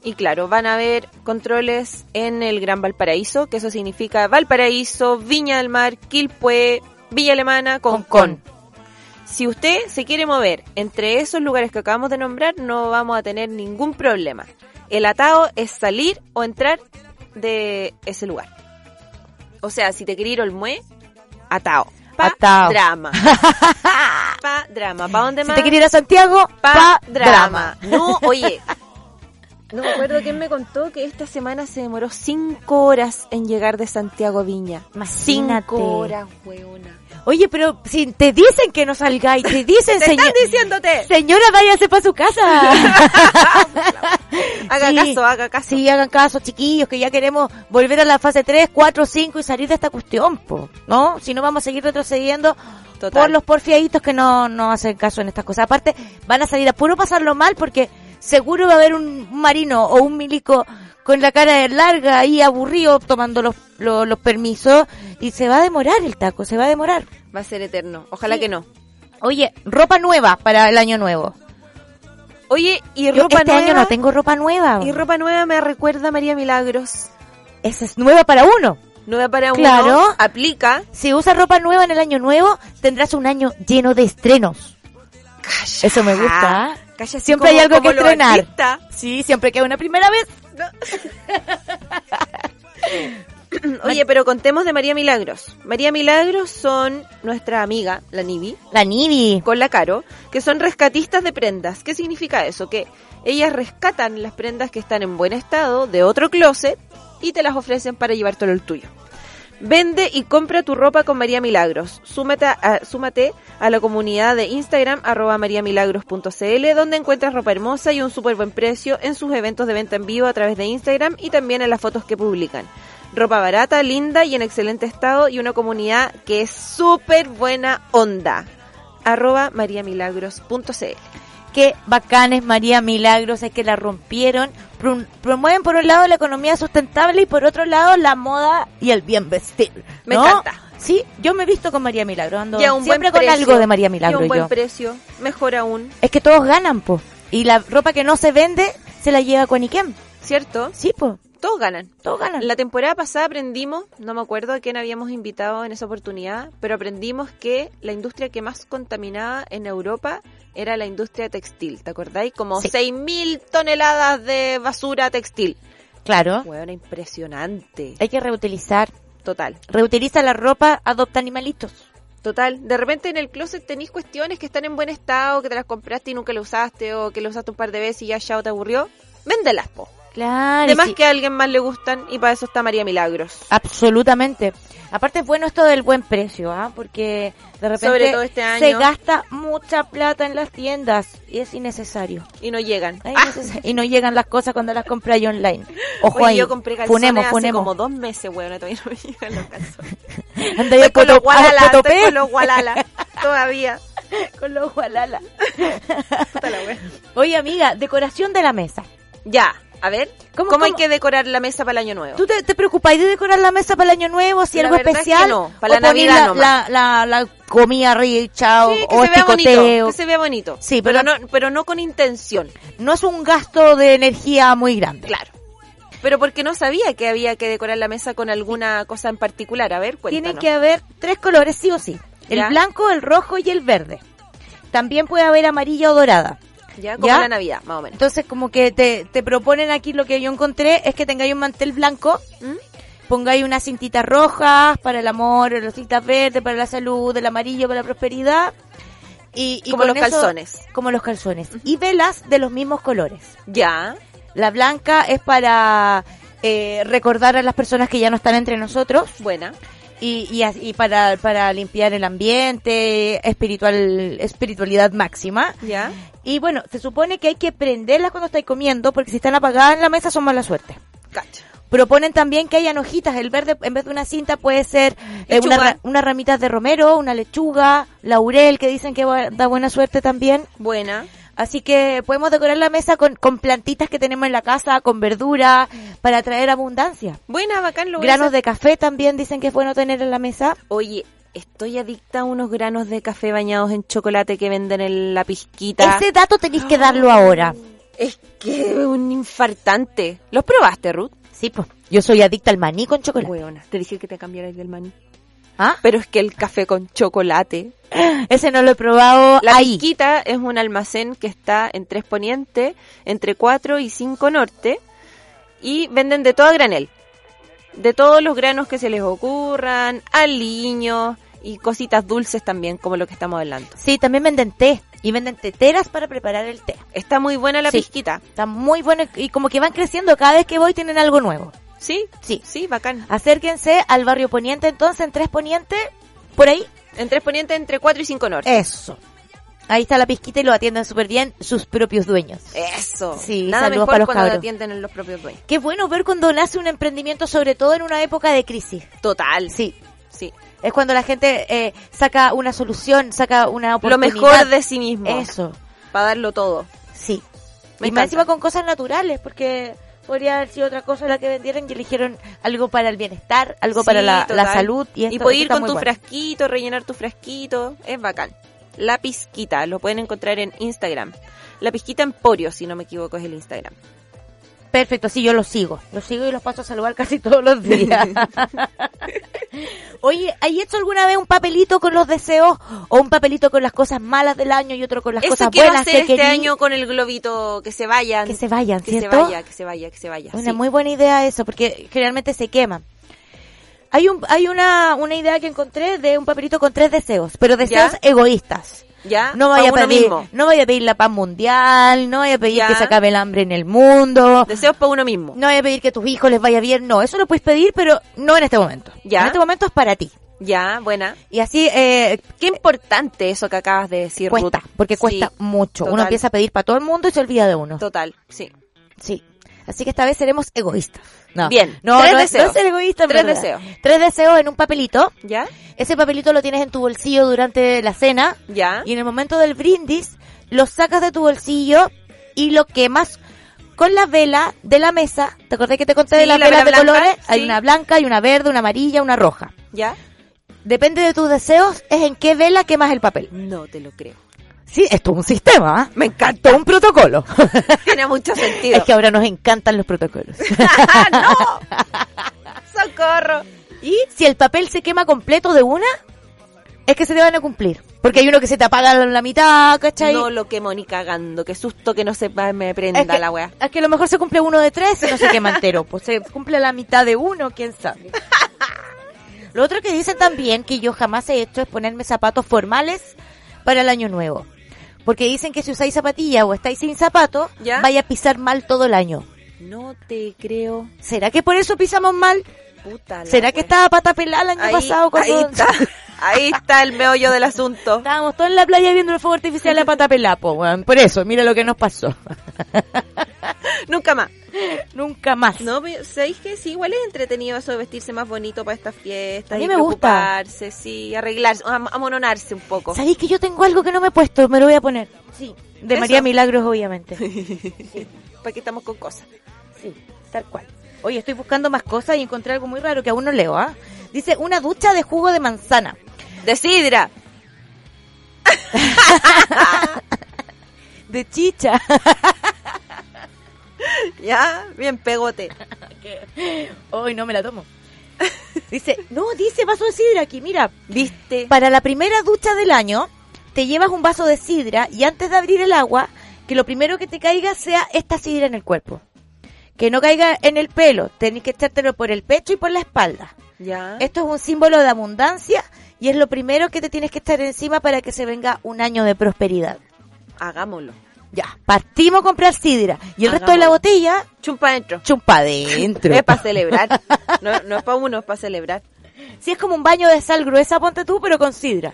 [SPEAKER 3] Y claro, van a haber controles en el Gran Valparaíso, que eso significa Valparaíso, Viña del Mar, Quilpué, Villa Alemana, Concón. Si usted se quiere mover entre esos lugares que acabamos de nombrar, no vamos a tener ningún problema. El atado es salir o entrar de ese lugar. O sea, si te querés ir a Olmué, atado. Pa
[SPEAKER 4] Atao.
[SPEAKER 3] drama. pa drama. ¿Pa dónde
[SPEAKER 4] Si
[SPEAKER 3] más?
[SPEAKER 4] te quieres ir a Santiago,
[SPEAKER 3] pa,
[SPEAKER 4] pa
[SPEAKER 3] drama. No, oye. No me acuerdo quién me contó que esta semana se demoró cinco horas en llegar de Santiago a Viña.
[SPEAKER 4] Imagínate.
[SPEAKER 3] Cinco horas, weona.
[SPEAKER 4] Oye, pero si te dicen que no salgáis, te dicen,
[SPEAKER 3] ¡Te
[SPEAKER 4] señor,
[SPEAKER 3] están diciéndote!
[SPEAKER 4] señora, váyase para su casa.
[SPEAKER 3] Haga
[SPEAKER 4] Sí.
[SPEAKER 3] caso, haga caso.
[SPEAKER 4] Así hagan caso, chiquillos, que ya queremos volver a la fase 3, 4, 5 y salir de esta cuestión, po, ¿no? Si no, vamos a seguir retrocediendo
[SPEAKER 3] Total.
[SPEAKER 4] por los porfiaditos que no, no hacen caso en estas cosas. Aparte, van a salir a puro pasarlo mal porque seguro va a haber un marino o un milico con la cara de larga y aburrido tomando los, los, los permisos y se va a demorar el taco, se va a demorar.
[SPEAKER 3] Va a ser eterno. Ojalá
[SPEAKER 4] Sí.
[SPEAKER 3] que no.
[SPEAKER 4] Oye, ropa nueva para el año nuevo.
[SPEAKER 3] Oye, y
[SPEAKER 4] Yo
[SPEAKER 3] ropa
[SPEAKER 4] este
[SPEAKER 3] nueva.
[SPEAKER 4] año no tengo ropa nueva.
[SPEAKER 3] Y ropa nueva me recuerda a María Milagros.
[SPEAKER 4] Esa es nueva para uno.
[SPEAKER 3] Nueva para uno.
[SPEAKER 4] Claro.
[SPEAKER 3] Aplica.
[SPEAKER 4] Si usas ropa nueva en el año nuevo, tendrás un año lleno de estrenos.
[SPEAKER 3] Calla.
[SPEAKER 4] Eso me gusta, ¿ah?
[SPEAKER 3] Calla, así
[SPEAKER 4] Siempre hay algo que
[SPEAKER 3] los
[SPEAKER 4] estrenar.
[SPEAKER 3] artistas.
[SPEAKER 4] Sí, siempre queda una primera vez.
[SPEAKER 3] Oye, pero contemos de María Milagros. María Milagros son nuestra amiga, la Nibi,
[SPEAKER 4] La Nibi.
[SPEAKER 3] con la Caro, que son rescatistas de prendas. ¿Qué significa eso? Que ellas rescatan las prendas que están en buen estado de otro closet y te las ofrecen para llevártelo el tuyo. Vende y compra tu ropa con María Milagros. Súmate a, súmate a la comunidad de Instagram arroba mariamilagros.cl donde encuentras ropa hermosa y un súper buen precio en sus eventos de venta en vivo a través de Instagram y también en las fotos que publican. Ropa barata, linda y en excelente estado y una comunidad que es súper buena onda. Arroba mariamilagros.cl
[SPEAKER 4] Qué bacanes, María Milagros, es que la rompieron. Prom- Promueven por un lado la economía sustentable y por otro lado la moda y el bien vestir.
[SPEAKER 3] Me
[SPEAKER 4] ¿no?
[SPEAKER 3] encanta.
[SPEAKER 4] Sí, yo me he visto con María Milagros. Ando
[SPEAKER 3] Y a un
[SPEAKER 4] siempre
[SPEAKER 3] buen
[SPEAKER 4] con
[SPEAKER 3] precio,
[SPEAKER 4] algo de María
[SPEAKER 3] y a
[SPEAKER 4] Milagros.
[SPEAKER 3] un buen
[SPEAKER 4] yo.
[SPEAKER 3] precio, mejor aún,
[SPEAKER 4] Es que todos ganan, po. Y la ropa que no se vende se la lleva Cuaniquem.
[SPEAKER 3] ¿cierto?
[SPEAKER 4] Sí, po.
[SPEAKER 3] Todos ganan.
[SPEAKER 4] Todos ganan.
[SPEAKER 3] La temporada pasada aprendimos, no me acuerdo a quién habíamos invitado en esa oportunidad, pero aprendimos que la industria que más contaminaba en Europa era la industria textil, ¿te acordáis? Como
[SPEAKER 4] Sí.
[SPEAKER 3] 6.000 toneladas de basura textil.
[SPEAKER 4] Claro.
[SPEAKER 3] Bueno, impresionante.
[SPEAKER 4] Hay que reutilizar.
[SPEAKER 3] Total,
[SPEAKER 4] Reutiliza la ropa, adopta animalitos.
[SPEAKER 3] total. De repente en el closet tenéis cuestiones que están en buen estado, que te las compraste y nunca las usaste, o que las usaste un par de veces y ya chao te aburrió. Véndelas, po.
[SPEAKER 4] Claro.
[SPEAKER 3] Además
[SPEAKER 4] sí.
[SPEAKER 3] que a alguien más le gustan y para eso está María Milagros.
[SPEAKER 4] Absolutamente. Aparte es bueno esto del buen precio, ¿ah? Porque de repente
[SPEAKER 3] Sobre todo este año.
[SPEAKER 4] se gasta mucha plata en las tiendas y es innecesario.
[SPEAKER 3] Y no llegan.
[SPEAKER 4] Es
[SPEAKER 3] Ah,
[SPEAKER 4] innecesario. Y no llegan las cosas cuando las compras online. Ojo
[SPEAKER 3] Oye,
[SPEAKER 4] ahí.
[SPEAKER 3] yo compré calzones
[SPEAKER 4] funemos,
[SPEAKER 3] hace
[SPEAKER 4] funemos.
[SPEAKER 3] como dos meses, weón, y todavía no me llegan los calzones.
[SPEAKER 4] Anda ahí
[SPEAKER 3] Estoy con
[SPEAKER 4] a
[SPEAKER 3] los
[SPEAKER 4] poto- a
[SPEAKER 3] gualala, estoy
[SPEAKER 4] potopé.
[SPEAKER 3] con los gualala, todavía.
[SPEAKER 4] Con los gualala.
[SPEAKER 3] Puta la wea.
[SPEAKER 4] Oye, amiga, decoración de la mesa.
[SPEAKER 3] Ya, a ver,
[SPEAKER 4] ¿Cómo-
[SPEAKER 3] ¿cómo, hay
[SPEAKER 4] cómo?
[SPEAKER 3] que decorar la mesa para el año nuevo?
[SPEAKER 4] ¿Tú te, te preocupáis de decorar la mesa para el año nuevo? Si
[SPEAKER 3] La
[SPEAKER 4] algo
[SPEAKER 3] verdad es que
[SPEAKER 4] especial.
[SPEAKER 3] no, para
[SPEAKER 4] o
[SPEAKER 3] la
[SPEAKER 4] poner
[SPEAKER 3] Navidad
[SPEAKER 4] la,
[SPEAKER 3] nomás.
[SPEAKER 4] la, la- la comida rica o,
[SPEAKER 3] Sí, que
[SPEAKER 4] o este
[SPEAKER 3] se vea bonito,
[SPEAKER 4] picoteo.
[SPEAKER 3] que se vea bonito.
[SPEAKER 4] Sí,
[SPEAKER 3] pero,
[SPEAKER 4] pero-
[SPEAKER 3] no, pero no con intención,
[SPEAKER 4] No es un gasto de energía muy grande.
[SPEAKER 3] claro. Pero porque no sabía que había que decorar la mesa con alguna cosa en particular. A ver, cuéntanos.
[SPEAKER 4] Tiene que haber tres colores sí o sí. El
[SPEAKER 3] Ya.
[SPEAKER 4] blanco, el rojo y el verde. También puede haber amarilla o dorada.
[SPEAKER 3] Ya, como
[SPEAKER 4] ¿Ya?
[SPEAKER 3] la Navidad, más o menos.
[SPEAKER 4] Entonces como que te, te proponen aquí lo que yo encontré es que tengáis un mantel blanco,
[SPEAKER 3] ¿Mm?
[SPEAKER 4] pongáis unas cintitas rojas para el amor, las cintas verdes para la salud, el amarillo para la prosperidad. Y, y
[SPEAKER 3] Como
[SPEAKER 4] con
[SPEAKER 3] los calzones.
[SPEAKER 4] Como los calzones. Y velas de los mismos colores.
[SPEAKER 3] Ya,
[SPEAKER 4] La blanca es para eh, recordar a las personas que ya no están entre nosotros.
[SPEAKER 3] buena.
[SPEAKER 4] y, y, as- y para, para limpiar el ambiente, espiritual, espiritualidad máxima.
[SPEAKER 3] Ya.
[SPEAKER 4] Y bueno, se supone que hay que prenderlas cuando estáis comiendo, porque si están apagadas en la mesa son mala suerte.
[SPEAKER 3] Cacha.
[SPEAKER 4] Proponen también que hayan hojitas, el verde en vez de una cinta puede ser eh, una,
[SPEAKER 3] Lechuga.
[SPEAKER 4] ra- unas ramitas de romero, una lechuga, laurel, que dicen que va- da buena suerte también.
[SPEAKER 3] Buena.
[SPEAKER 4] Así que podemos decorar la mesa con, con plantitas que tenemos en la casa, con verdura, para traer abundancia.
[SPEAKER 3] Buena, bacán, lo voy a
[SPEAKER 4] Granos
[SPEAKER 3] hacer.
[SPEAKER 4] de café también dicen que es bueno tener en la mesa.
[SPEAKER 3] Oye, estoy adicta a unos granos de café bañados en chocolate que venden en la pizquita.
[SPEAKER 4] Ese dato tenéis que darlo ahora.
[SPEAKER 3] Es que es un infartante. ¿Los probaste, Ruth?
[SPEAKER 4] Sí, pues. Yo soy adicta al maní con chocolate.
[SPEAKER 3] Hueona, te dije que te cambiaras del maní.
[SPEAKER 4] ¿Ah?
[SPEAKER 3] Pero es que el café con chocolate.
[SPEAKER 4] Ese no lo he probado
[SPEAKER 3] La
[SPEAKER 4] ahí.
[SPEAKER 3] Pizquita es un almacén que está en Tres Poniente, entre 4 y 5 Norte, y venden de todo a granel. De todos los granos que se les ocurran, aliños y cositas dulces también, como lo que estamos hablando.
[SPEAKER 4] Sí, también venden té. Y venden teteras para preparar el té.
[SPEAKER 3] Está muy buena la
[SPEAKER 4] Sí.
[SPEAKER 3] pizquita.
[SPEAKER 4] Está muy bueno y como que van creciendo. Cada vez que voy tienen algo nuevo.
[SPEAKER 3] ¿Sí?
[SPEAKER 4] Sí.
[SPEAKER 3] Sí, bacán.
[SPEAKER 4] Acérquense al barrio Poniente, entonces, en Tres Poniente, por ahí.
[SPEAKER 3] En Tres Poniente, entre 4 y 5 Norte.
[SPEAKER 4] Eso. Ahí está la pizquita y lo atienden súper bien sus propios dueños.
[SPEAKER 3] Eh. Eso.
[SPEAKER 4] Sí,
[SPEAKER 3] Nada
[SPEAKER 4] saludos
[SPEAKER 3] mejor
[SPEAKER 4] para los
[SPEAKER 3] cuando
[SPEAKER 4] cabros.
[SPEAKER 3] atienden en los propios dueños.
[SPEAKER 4] Qué bueno ver cuando nace un emprendimiento, sobre todo en una época de crisis.
[SPEAKER 3] Total.
[SPEAKER 4] Sí,
[SPEAKER 3] Sí.
[SPEAKER 4] Es cuando la gente eh, saca una solución, saca una
[SPEAKER 3] Lo
[SPEAKER 4] oportunidad.
[SPEAKER 3] mejor de sí mismo.
[SPEAKER 4] Eso,
[SPEAKER 3] Para darlo todo.
[SPEAKER 4] sí.
[SPEAKER 3] Me
[SPEAKER 4] y
[SPEAKER 3] encanta.
[SPEAKER 4] más encima con cosas naturales, porque podría haber sido otra cosa la que vendieran y eligieron algo para el bienestar, algo
[SPEAKER 3] Sí,
[SPEAKER 4] para la, la
[SPEAKER 3] total.
[SPEAKER 4] salud. Y, esto-
[SPEAKER 3] puedes
[SPEAKER 4] esto
[SPEAKER 3] ir
[SPEAKER 4] está
[SPEAKER 3] con
[SPEAKER 4] muy
[SPEAKER 3] tu
[SPEAKER 4] bueno.
[SPEAKER 3] frasquito, rellenar tu frasquito. Es bacán. La Pizquita, lo pueden encontrar en Instagram. La Pizquita Emporio, si no me equivoco, es el Instagram.
[SPEAKER 4] Perfecto, sí, yo los sigo. Los sigo y los paso a saludar casi todos los días. Oye, ¿hay hecho alguna vez un papelito con los deseos o un papelito con las cosas malas del año y otro con las
[SPEAKER 3] Eso
[SPEAKER 4] cosas
[SPEAKER 3] quiero
[SPEAKER 4] buenas
[SPEAKER 3] hacer
[SPEAKER 4] que
[SPEAKER 3] este
[SPEAKER 4] querí?
[SPEAKER 3] año con el globito, que se vayan.
[SPEAKER 4] Que se vayan,
[SPEAKER 3] que
[SPEAKER 4] ¿cierto?
[SPEAKER 3] se vaya, que se vaya, que se vaya.
[SPEAKER 4] Una
[SPEAKER 3] sí.
[SPEAKER 4] muy buena idea eso, porque generalmente se queman. Hay un, hay una, una idea que encontré de un papelito con tres deseos, pero deseos
[SPEAKER 3] ¿Ya?
[SPEAKER 4] egoístas.
[SPEAKER 3] ¿Ya?
[SPEAKER 4] No
[SPEAKER 3] Pa'
[SPEAKER 4] vaya a
[SPEAKER 3] uno
[SPEAKER 4] pedir,
[SPEAKER 3] mismo.
[SPEAKER 4] no vaya a pedir la paz mundial, no vaya a pedir
[SPEAKER 3] ¿Ya?
[SPEAKER 4] que se acabe el hambre en el mundo,
[SPEAKER 3] Deseos para uno mismo.
[SPEAKER 4] no vaya a pedir que a tus hijos les vaya bien, no, eso lo puedes pedir, pero no en este momento.
[SPEAKER 3] ¿Ya?
[SPEAKER 4] En este momento es para ti.
[SPEAKER 3] Ya, buena.
[SPEAKER 4] Y así, eh,
[SPEAKER 3] Qué importante eso que acabas de decir, Ruth.
[SPEAKER 4] cuesta, porque cuesta
[SPEAKER 3] Sí,
[SPEAKER 4] mucho. Uno
[SPEAKER 3] total.
[SPEAKER 4] empieza a pedir para todo el mundo y se olvida de uno.
[SPEAKER 3] Total, sí.
[SPEAKER 4] Sí. Así que esta vez seremos egoístas. No.
[SPEAKER 3] Bien.
[SPEAKER 4] No,
[SPEAKER 3] Tres
[SPEAKER 4] no, es-
[SPEAKER 3] deseos.
[SPEAKER 4] no es ser egoísta. en
[SPEAKER 3] Tres
[SPEAKER 4] verdad.
[SPEAKER 3] deseos.
[SPEAKER 4] Tres deseos en un papelito.
[SPEAKER 3] ¿Ya?
[SPEAKER 4] Ese papelito lo tienes en tu bolsillo durante la cena.
[SPEAKER 3] ¿Ya?
[SPEAKER 4] Y en el momento del brindis, lo sacas de tu bolsillo y lo quemas con la vela de la mesa. ¿Te acordás que te conté de
[SPEAKER 3] Sí,
[SPEAKER 4] las
[SPEAKER 3] la
[SPEAKER 4] velas
[SPEAKER 3] vela
[SPEAKER 4] de
[SPEAKER 3] blanca,
[SPEAKER 4] colores? Hay
[SPEAKER 3] sí.
[SPEAKER 4] una blanca, y una verde, una amarilla, una roja.
[SPEAKER 3] ¿Ya?
[SPEAKER 4] Depende de tus deseos, es en qué vela quemas el papel.
[SPEAKER 3] No te lo creo.
[SPEAKER 4] Sí, esto es un sistema, ¿ah?
[SPEAKER 3] Me
[SPEAKER 4] Esto es
[SPEAKER 3] encanta.
[SPEAKER 4] un protocolo.
[SPEAKER 3] Tiene mucho sentido.
[SPEAKER 4] es que ahora nos encantan los protocolos.
[SPEAKER 3] ¡No! ¡Socorro!
[SPEAKER 4] Y si el papel se quema completo de una, es que se te van a cumplir. Porque hay uno que se te apaga en la mitad, ¿cachai?
[SPEAKER 3] No lo quemo ni cagando. Qué susto que no se pa- me prenda
[SPEAKER 4] es que,
[SPEAKER 3] la weá.
[SPEAKER 4] es que a lo mejor se cumple uno de tres y no se quema entero. Pues se cumple la mitad de uno, quién sabe. Lo otro que dicen también que yo jamás he hecho es ponerme zapatos formales para el año nuevo. Porque dicen que si usáis zapatilla o estáis sin zapato,
[SPEAKER 3] ¿Ya?
[SPEAKER 4] vaya a pisar mal todo el año.
[SPEAKER 3] No te creo.
[SPEAKER 4] ¿Será que por eso pisamos mal?
[SPEAKER 3] Puta la
[SPEAKER 4] ¿Será que
[SPEAKER 3] weá.
[SPEAKER 4] estaba pata pelada el año
[SPEAKER 3] Ahí,
[SPEAKER 4] pasado cuando
[SPEAKER 3] ahí está. Ahí está el meollo del asunto.
[SPEAKER 4] estábamos todos en la playa viendo el fuego artificial a pata pelada, po, weón? Por eso, mira lo que nos pasó.
[SPEAKER 3] Nunca más.
[SPEAKER 4] Nunca más.
[SPEAKER 3] No, pero sabéis que sí, igual es entretenido eso de vestirse más bonito para estas fiestas.
[SPEAKER 4] A mí
[SPEAKER 3] y
[SPEAKER 4] me gusta.
[SPEAKER 3] preocuparse, sí, arreglarse, am- amononarse un poco.
[SPEAKER 4] ¿Sabéis que yo tengo algo que no me he puesto? Me lo voy a poner. Sí. De
[SPEAKER 3] Eso.
[SPEAKER 4] María Milagros, obviamente.
[SPEAKER 3] Para que estamos con cosas.
[SPEAKER 4] Sí, tal cual. Oye, estoy buscando más cosas y encontré algo muy raro que aún no leo, ¿ah? Dice, una ducha de jugo de manzana.
[SPEAKER 3] De sidra.
[SPEAKER 4] De chicha.
[SPEAKER 3] Ya, bien pegote.
[SPEAKER 4] Hoy no me la tomo. Dice, no, dice vaso de sidra aquí, mira.
[SPEAKER 3] ¿Viste?
[SPEAKER 4] Para la primera ducha del año, te llevas un vaso de sidra y antes de abrir el agua, que lo primero que te caiga sea esta sidra en el cuerpo. Que no caiga en el pelo, tenés que echártelo por el pecho y por la espalda.
[SPEAKER 3] Ya.
[SPEAKER 4] Esto es un símbolo de abundancia y es lo primero que te tienes que estar encima para que se venga un año de prosperidad.
[SPEAKER 3] Hagámoslo.
[SPEAKER 4] Ya, partimos a comprar sidra y el resto de la
[SPEAKER 3] Hagamos.
[SPEAKER 4] botella
[SPEAKER 3] Chumpa adentro.
[SPEAKER 4] chumpa adentro.
[SPEAKER 3] Es para celebrar. No, no es para uno, es para celebrar.
[SPEAKER 4] Si es como un baño de sal gruesa, ponte tú, pero con sidra.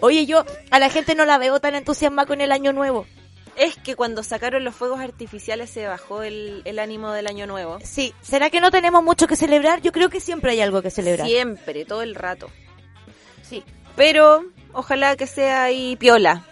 [SPEAKER 4] Oye, yo a la gente no la veo tan entusiasmada con el año nuevo.
[SPEAKER 3] Es que cuando sacaron los fuegos artificiales se bajó el, el ánimo del año nuevo.
[SPEAKER 4] Sí, ¿será que no tenemos mucho que celebrar? Yo creo que siempre hay algo que celebrar.
[SPEAKER 3] Siempre, todo el rato.
[SPEAKER 4] Sí.
[SPEAKER 3] Pero ojalá que sea ahí piola.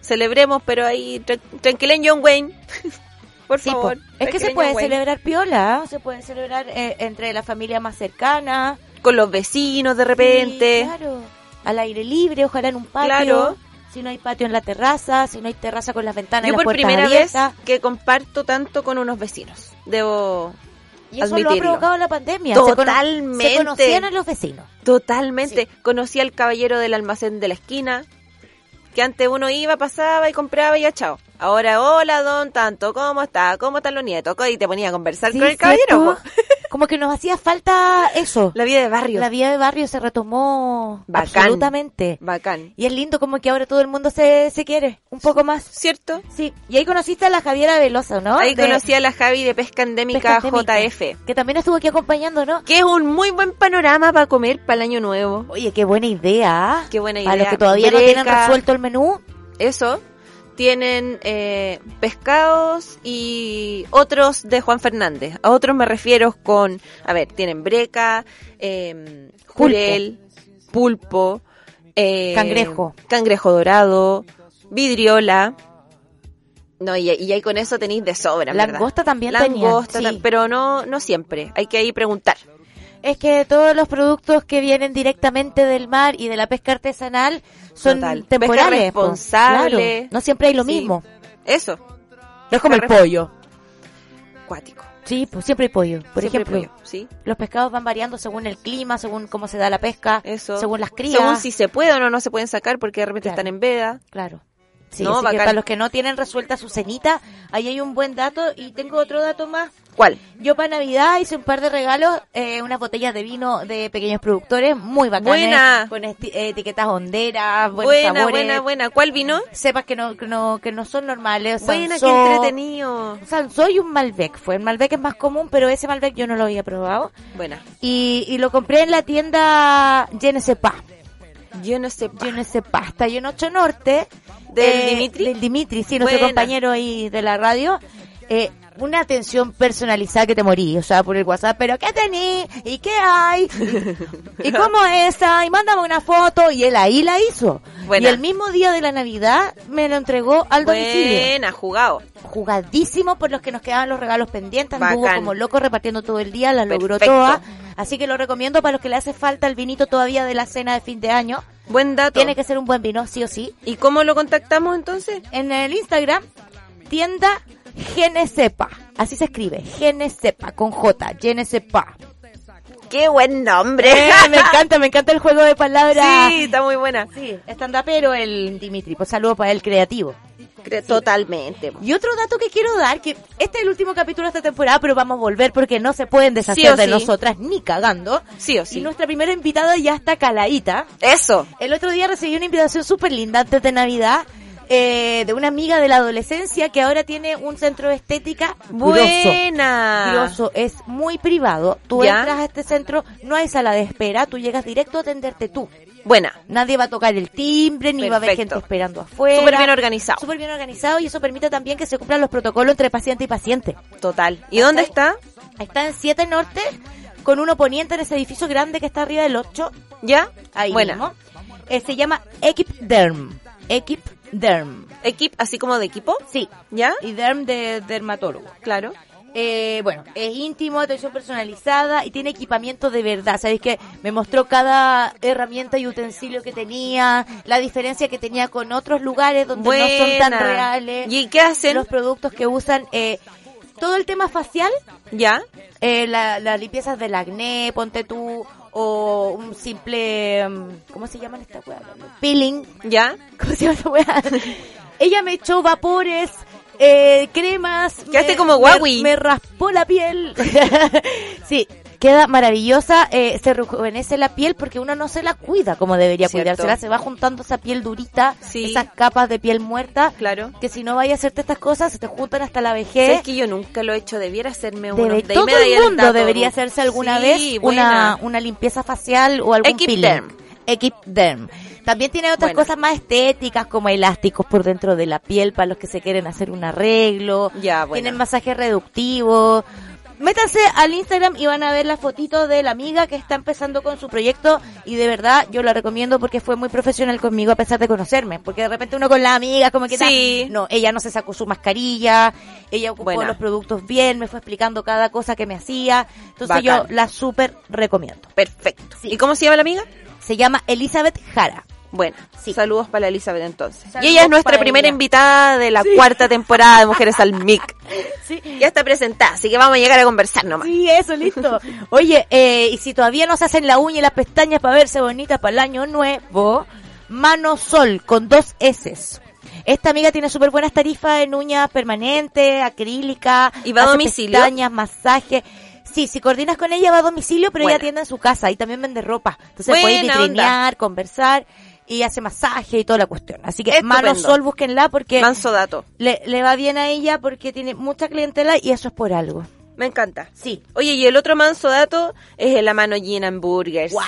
[SPEAKER 3] Celebremos, pero ahí tra- tranquilen John Wayne. Por
[SPEAKER 4] Sí,
[SPEAKER 3] favor.
[SPEAKER 4] po. es que se
[SPEAKER 3] tranquilen,
[SPEAKER 4] puede
[SPEAKER 3] John Wayne.
[SPEAKER 4] celebrar piola, ¿eh? se puede celebrar eh, entre la familia más cercana,
[SPEAKER 3] Con los vecinos de
[SPEAKER 4] Sí,
[SPEAKER 3] repente.
[SPEAKER 4] claro. Al aire libre, ojalá en un patio.
[SPEAKER 3] Claro.
[SPEAKER 4] Si no hay patio en la terraza, si no hay terraza con las ventanas y
[SPEAKER 3] Yo por
[SPEAKER 4] las puertas
[SPEAKER 3] primera
[SPEAKER 4] abiertas.
[SPEAKER 3] vez que comparto tanto con unos vecinos. Debo
[SPEAKER 4] Y eso lo ha
[SPEAKER 3] admitirlo.
[SPEAKER 4] provocado la pandemia.
[SPEAKER 3] Totalmente.
[SPEAKER 4] Se, cono- se conocían a los vecinos.
[SPEAKER 3] Totalmente. Conocí al caballero del almacén de la esquina, que antes uno iba, pasaba y compraba y ya chao. Ahora, hola don tanto, ¿cómo está? ¿Cómo están los nietos? Y te ponía a conversar
[SPEAKER 4] Sí,
[SPEAKER 3] con el
[SPEAKER 4] ¿cierto?
[SPEAKER 3] caballero. po.
[SPEAKER 4] Como que nos hacía falta eso.
[SPEAKER 3] La vida de barrio.
[SPEAKER 4] La vida de barrio se retomó
[SPEAKER 3] Bacán.
[SPEAKER 4] absolutamente.
[SPEAKER 3] Bacán.
[SPEAKER 4] Y es lindo como que ahora todo el mundo se, se quiere un poco más.
[SPEAKER 3] ¿Cierto?
[SPEAKER 4] Sí. Y ahí conociste a la Javiera Velosa, ¿no?
[SPEAKER 3] Ahí
[SPEAKER 4] De
[SPEAKER 3] conocí a la Javi de Pesca Endémica,
[SPEAKER 4] Pesca Endémica,
[SPEAKER 3] JF,
[SPEAKER 4] Que también estuvo aquí acompañando, ¿no?
[SPEAKER 3] que es un muy buen panorama para comer para el año nuevo.
[SPEAKER 4] Oye, qué buena idea. ¿ah?
[SPEAKER 3] Qué buena idea.
[SPEAKER 4] A los que todavía no
[SPEAKER 3] Breca.
[SPEAKER 4] tienen resuelto el menú,
[SPEAKER 3] Eso. Tienen eh, pescados y otros de Juan Fernández. A otros me refiero con, a ver, tienen breca, eh, jurel, pulpo, eh,
[SPEAKER 4] Cangrejo.
[SPEAKER 3] cangrejo dorado, vidriola. No, y, y ahí con eso tenéis de sobra, en ¿verdad?
[SPEAKER 4] Langosta también
[SPEAKER 3] Langosta,
[SPEAKER 4] tenían,
[SPEAKER 3] ta-
[SPEAKER 4] sí.
[SPEAKER 3] pero no, no siempre. Hay que ahí preguntar.
[SPEAKER 4] es que todos los productos que vienen directamente del mar y de la pesca artesanal son
[SPEAKER 3] Total. Pesca
[SPEAKER 4] temporales. po.
[SPEAKER 3] responsable.
[SPEAKER 4] Claro, no siempre hay lo
[SPEAKER 3] Sí.
[SPEAKER 4] mismo.
[SPEAKER 3] Eso,
[SPEAKER 4] No es como el
[SPEAKER 3] Pesca
[SPEAKER 4] pollo.
[SPEAKER 3] acuático.
[SPEAKER 4] Sí, pues siempre hay pollo. Por
[SPEAKER 3] Siempre
[SPEAKER 4] ejemplo,
[SPEAKER 3] pollo, ¿sí?
[SPEAKER 4] los pescados van variando según el clima, según cómo se da la pesca,
[SPEAKER 3] Eso.
[SPEAKER 4] según las crías.
[SPEAKER 3] Según si se puede o no, no se pueden sacar porque de repente
[SPEAKER 4] Claro.
[SPEAKER 3] están en veda.
[SPEAKER 4] Claro. Sí,
[SPEAKER 3] No,
[SPEAKER 4] así que
[SPEAKER 3] bacán.
[SPEAKER 4] para los que no tienen resuelta su cenita, ahí hay un buen dato y tengo otro dato más
[SPEAKER 3] ¿Cuál?
[SPEAKER 4] Yo para Navidad hice un par de regalos, eh, unas botellas de vino de pequeños productores, muy
[SPEAKER 3] Buena.
[SPEAKER 4] bacanas. Con esti- eh, etiquetas honderas, buenos
[SPEAKER 3] Buena,
[SPEAKER 4] sabores.
[SPEAKER 3] buena, buena. ¿Cuál vino?
[SPEAKER 4] Cepas que no, que no, que no son normales.
[SPEAKER 3] Buena, qué
[SPEAKER 4] Sansó,
[SPEAKER 3] entretenido.
[SPEAKER 4] un Sansó y un Malbec fue. El Malbec es más común, pero ese Malbec yo no lo había probado.
[SPEAKER 3] Buena.
[SPEAKER 4] Y, y lo compré en la tienda Je ne sais pas.
[SPEAKER 3] Yo no sé.
[SPEAKER 4] Je ne sais pas. Está ahí en Ocho Norte.
[SPEAKER 3] ¿Del Dimitri?
[SPEAKER 4] ah, Eh, Del Dimitri, sí, nuestro
[SPEAKER 3] Buena.
[SPEAKER 4] compañero ahí de la radio. Eh, una atención personalizada que te morí, o sea, por el WhatsApp, pero ¿qué tení? ¿Y qué hay? ¿Y cómo es esa? Y mándame una foto. Y él ahí la hizo.
[SPEAKER 3] Buena.
[SPEAKER 4] Y el mismo día de la Navidad me lo entregó al domicilio.
[SPEAKER 3] Buena, jugado.
[SPEAKER 4] Jugadísimo por los que nos quedaban los regalos pendientes. Anduvo
[SPEAKER 3] Bacán.
[SPEAKER 4] como loco repartiendo todo el día, las logró
[SPEAKER 3] Perfecto.
[SPEAKER 4] todas. Así que lo recomiendo para los que le hace falta el vinito todavía de la cena de fin de año.
[SPEAKER 3] Buen dato.
[SPEAKER 4] Tiene que ser un buen vino, sí o sí.
[SPEAKER 3] ¿Y cómo lo contactamos entonces?
[SPEAKER 4] En el Instagram, tienda Genesepa. Así se escribe, Genesepa, con J, Genesepa.
[SPEAKER 3] ¡Qué buen nombre!
[SPEAKER 4] Eh, me encanta, me encanta el juego de palabras.
[SPEAKER 3] sí, está muy buena.
[SPEAKER 4] sí pero el Dimitri. Pues saludo para el creativo.
[SPEAKER 3] Cre- Totalmente.
[SPEAKER 4] Y otro dato que quiero dar, que este es el último capítulo de esta temporada, pero vamos a volver porque no se pueden deshacer
[SPEAKER 3] Sí o
[SPEAKER 4] de
[SPEAKER 3] sí.
[SPEAKER 4] nosotras ni cagando.
[SPEAKER 3] Sí o sí.
[SPEAKER 4] Y nuestra primera invitada ya está caladita.
[SPEAKER 3] Eso.
[SPEAKER 4] El otro día recibí una invitación súper linda antes de Navidad eh, de una amiga de la adolescencia que ahora tiene un centro de estética grosso.
[SPEAKER 3] Buena.
[SPEAKER 4] Grosso, es muy privado. Tú
[SPEAKER 3] ¿Ya?
[SPEAKER 4] entras a este centro, no hay sala de espera, tú llegas directo a atenderte tú.
[SPEAKER 3] Buena.
[SPEAKER 4] Nadie va a tocar el timbre, ni va a haber
[SPEAKER 3] Perfecto.
[SPEAKER 4] gente esperando afuera.
[SPEAKER 3] Súper bien organizado.
[SPEAKER 4] Súper bien organizado y eso permite también que se cumplan los protocolos entre paciente y paciente.
[SPEAKER 3] Total. ¿Y dónde está?
[SPEAKER 4] Está en 7 Norte, con uno poniente en ese edificio grande que está arriba del 8.
[SPEAKER 3] ¿Ya?
[SPEAKER 4] Ahí
[SPEAKER 3] buena.
[SPEAKER 4] mismo. Eh, se llama Equipderm. Equipderm.
[SPEAKER 3] Equip, así como de equipo.
[SPEAKER 4] Sí.
[SPEAKER 3] ¿Ya?
[SPEAKER 4] Y derm de dermatólogo.
[SPEAKER 3] Claro.
[SPEAKER 4] Eh, bueno, es íntimo, atención personalizada y tiene equipamiento de verdad. Sabéis que me mostró cada herramienta y utensilio que tenía, la diferencia que tenía con otros lugares donde no son tan
[SPEAKER 3] Buena.
[SPEAKER 4] reales.
[SPEAKER 3] ¿Y qué hacen?
[SPEAKER 4] Los productos que usan, eh, todo el tema facial,
[SPEAKER 3] ¿Ya?
[SPEAKER 4] eh, la- las limpiezas del acné, ponte tú, o un simple, mm, ¿cómo se llaman esta weá? Peeling,
[SPEAKER 3] ¿Ya?
[SPEAKER 4] ¿Cómo se llama esa weá? Ella me echó vapores, eh, cremas.
[SPEAKER 3] Quedaste
[SPEAKER 4] me-
[SPEAKER 3] como Huawei.
[SPEAKER 4] Me, me raspó la piel. sí, queda maravillosa. eh, se rejuvenece la piel porque uno no se la cuida como debería
[SPEAKER 3] Cierto.
[SPEAKER 4] cuidársela. Se va juntando esa piel durita,
[SPEAKER 3] Sí.
[SPEAKER 4] esas capas de piel muerta.
[SPEAKER 3] Claro.
[SPEAKER 4] Que si no vaya a hacerte estas cosas, se te juntan hasta la vejez.
[SPEAKER 3] Sabes que yo nunca lo he hecho, debiera hacerme uno.
[SPEAKER 4] Debe-
[SPEAKER 3] de ahí
[SPEAKER 4] todo
[SPEAKER 3] me da
[SPEAKER 4] el mundo
[SPEAKER 3] dato.
[SPEAKER 4] debería hacerse alguna
[SPEAKER 3] Sí,
[SPEAKER 4] vez una,
[SPEAKER 3] buena.
[SPEAKER 4] una limpieza facial o algún
[SPEAKER 3] Equiderm.
[SPEAKER 4] peeling. Equiderm. También tiene otras
[SPEAKER 3] Buena.
[SPEAKER 4] cosas más estéticas como elásticos por dentro de la piel para los que se quieren hacer un arreglo.
[SPEAKER 3] Ya, buena.
[SPEAKER 4] Tienen masaje reductivo. Métanse al Instagram y van a ver la fotito de la amiga que está empezando con su proyecto y de verdad yo la recomiendo porque fue muy profesional conmigo a pesar de conocerme, porque de repente uno con la amiga como que
[SPEAKER 3] Sí.
[SPEAKER 4] ta- no, ella no se sacó su mascarilla, ella ocupó
[SPEAKER 3] Buena.
[SPEAKER 4] los productos bien, me fue explicando cada cosa que me hacía, entonces
[SPEAKER 3] Bacán.
[SPEAKER 4] yo la súper recomiendo.
[SPEAKER 3] Perfecto.
[SPEAKER 4] Sí.
[SPEAKER 3] ¿Y cómo se llama la amiga?
[SPEAKER 4] Se llama Elizabeth Jara.
[SPEAKER 3] Buena.
[SPEAKER 4] Sí.
[SPEAKER 3] Saludos para Elizabeth entonces.
[SPEAKER 4] Saludos
[SPEAKER 3] y ella es nuestra
[SPEAKER 4] para
[SPEAKER 3] primera
[SPEAKER 4] ella.
[SPEAKER 3] invitada de la cuarta temporada de Mujeres al MIC.
[SPEAKER 4] Sí.
[SPEAKER 3] Ya está presentada, así que vamos a llegar a conversar nomás.
[SPEAKER 4] Sí, eso, listo. Oye, eh, y si todavía no se hacen la uña y las pestañas para verse bonita para el año nuevo, Mano Sol con dos S. Esta amiga tiene súper buenas tarifas en uñas permanentes, acrílica,
[SPEAKER 3] ¿Y va a
[SPEAKER 4] hace
[SPEAKER 3] domicilio?
[SPEAKER 4] pestañas, masaje. Sí, si coordinas con ella va a domicilio, pero
[SPEAKER 3] Buena.
[SPEAKER 4] ella atiende en su casa y también vende ropa. Entonces
[SPEAKER 3] Buena
[SPEAKER 4] puedes vitrinear, conversar y hace masaje y toda la cuestión. Así que Mano
[SPEAKER 3] Estupendo.
[SPEAKER 4] Sol, búsquenla porque
[SPEAKER 3] Manso dato.
[SPEAKER 4] le, le va bien a ella porque tiene mucha clientela y eso es por algo.
[SPEAKER 3] Me encanta.
[SPEAKER 4] Sí.
[SPEAKER 3] Oye, y el otro manso dato es el Amano Gin and Burgers.
[SPEAKER 4] ¡Guau!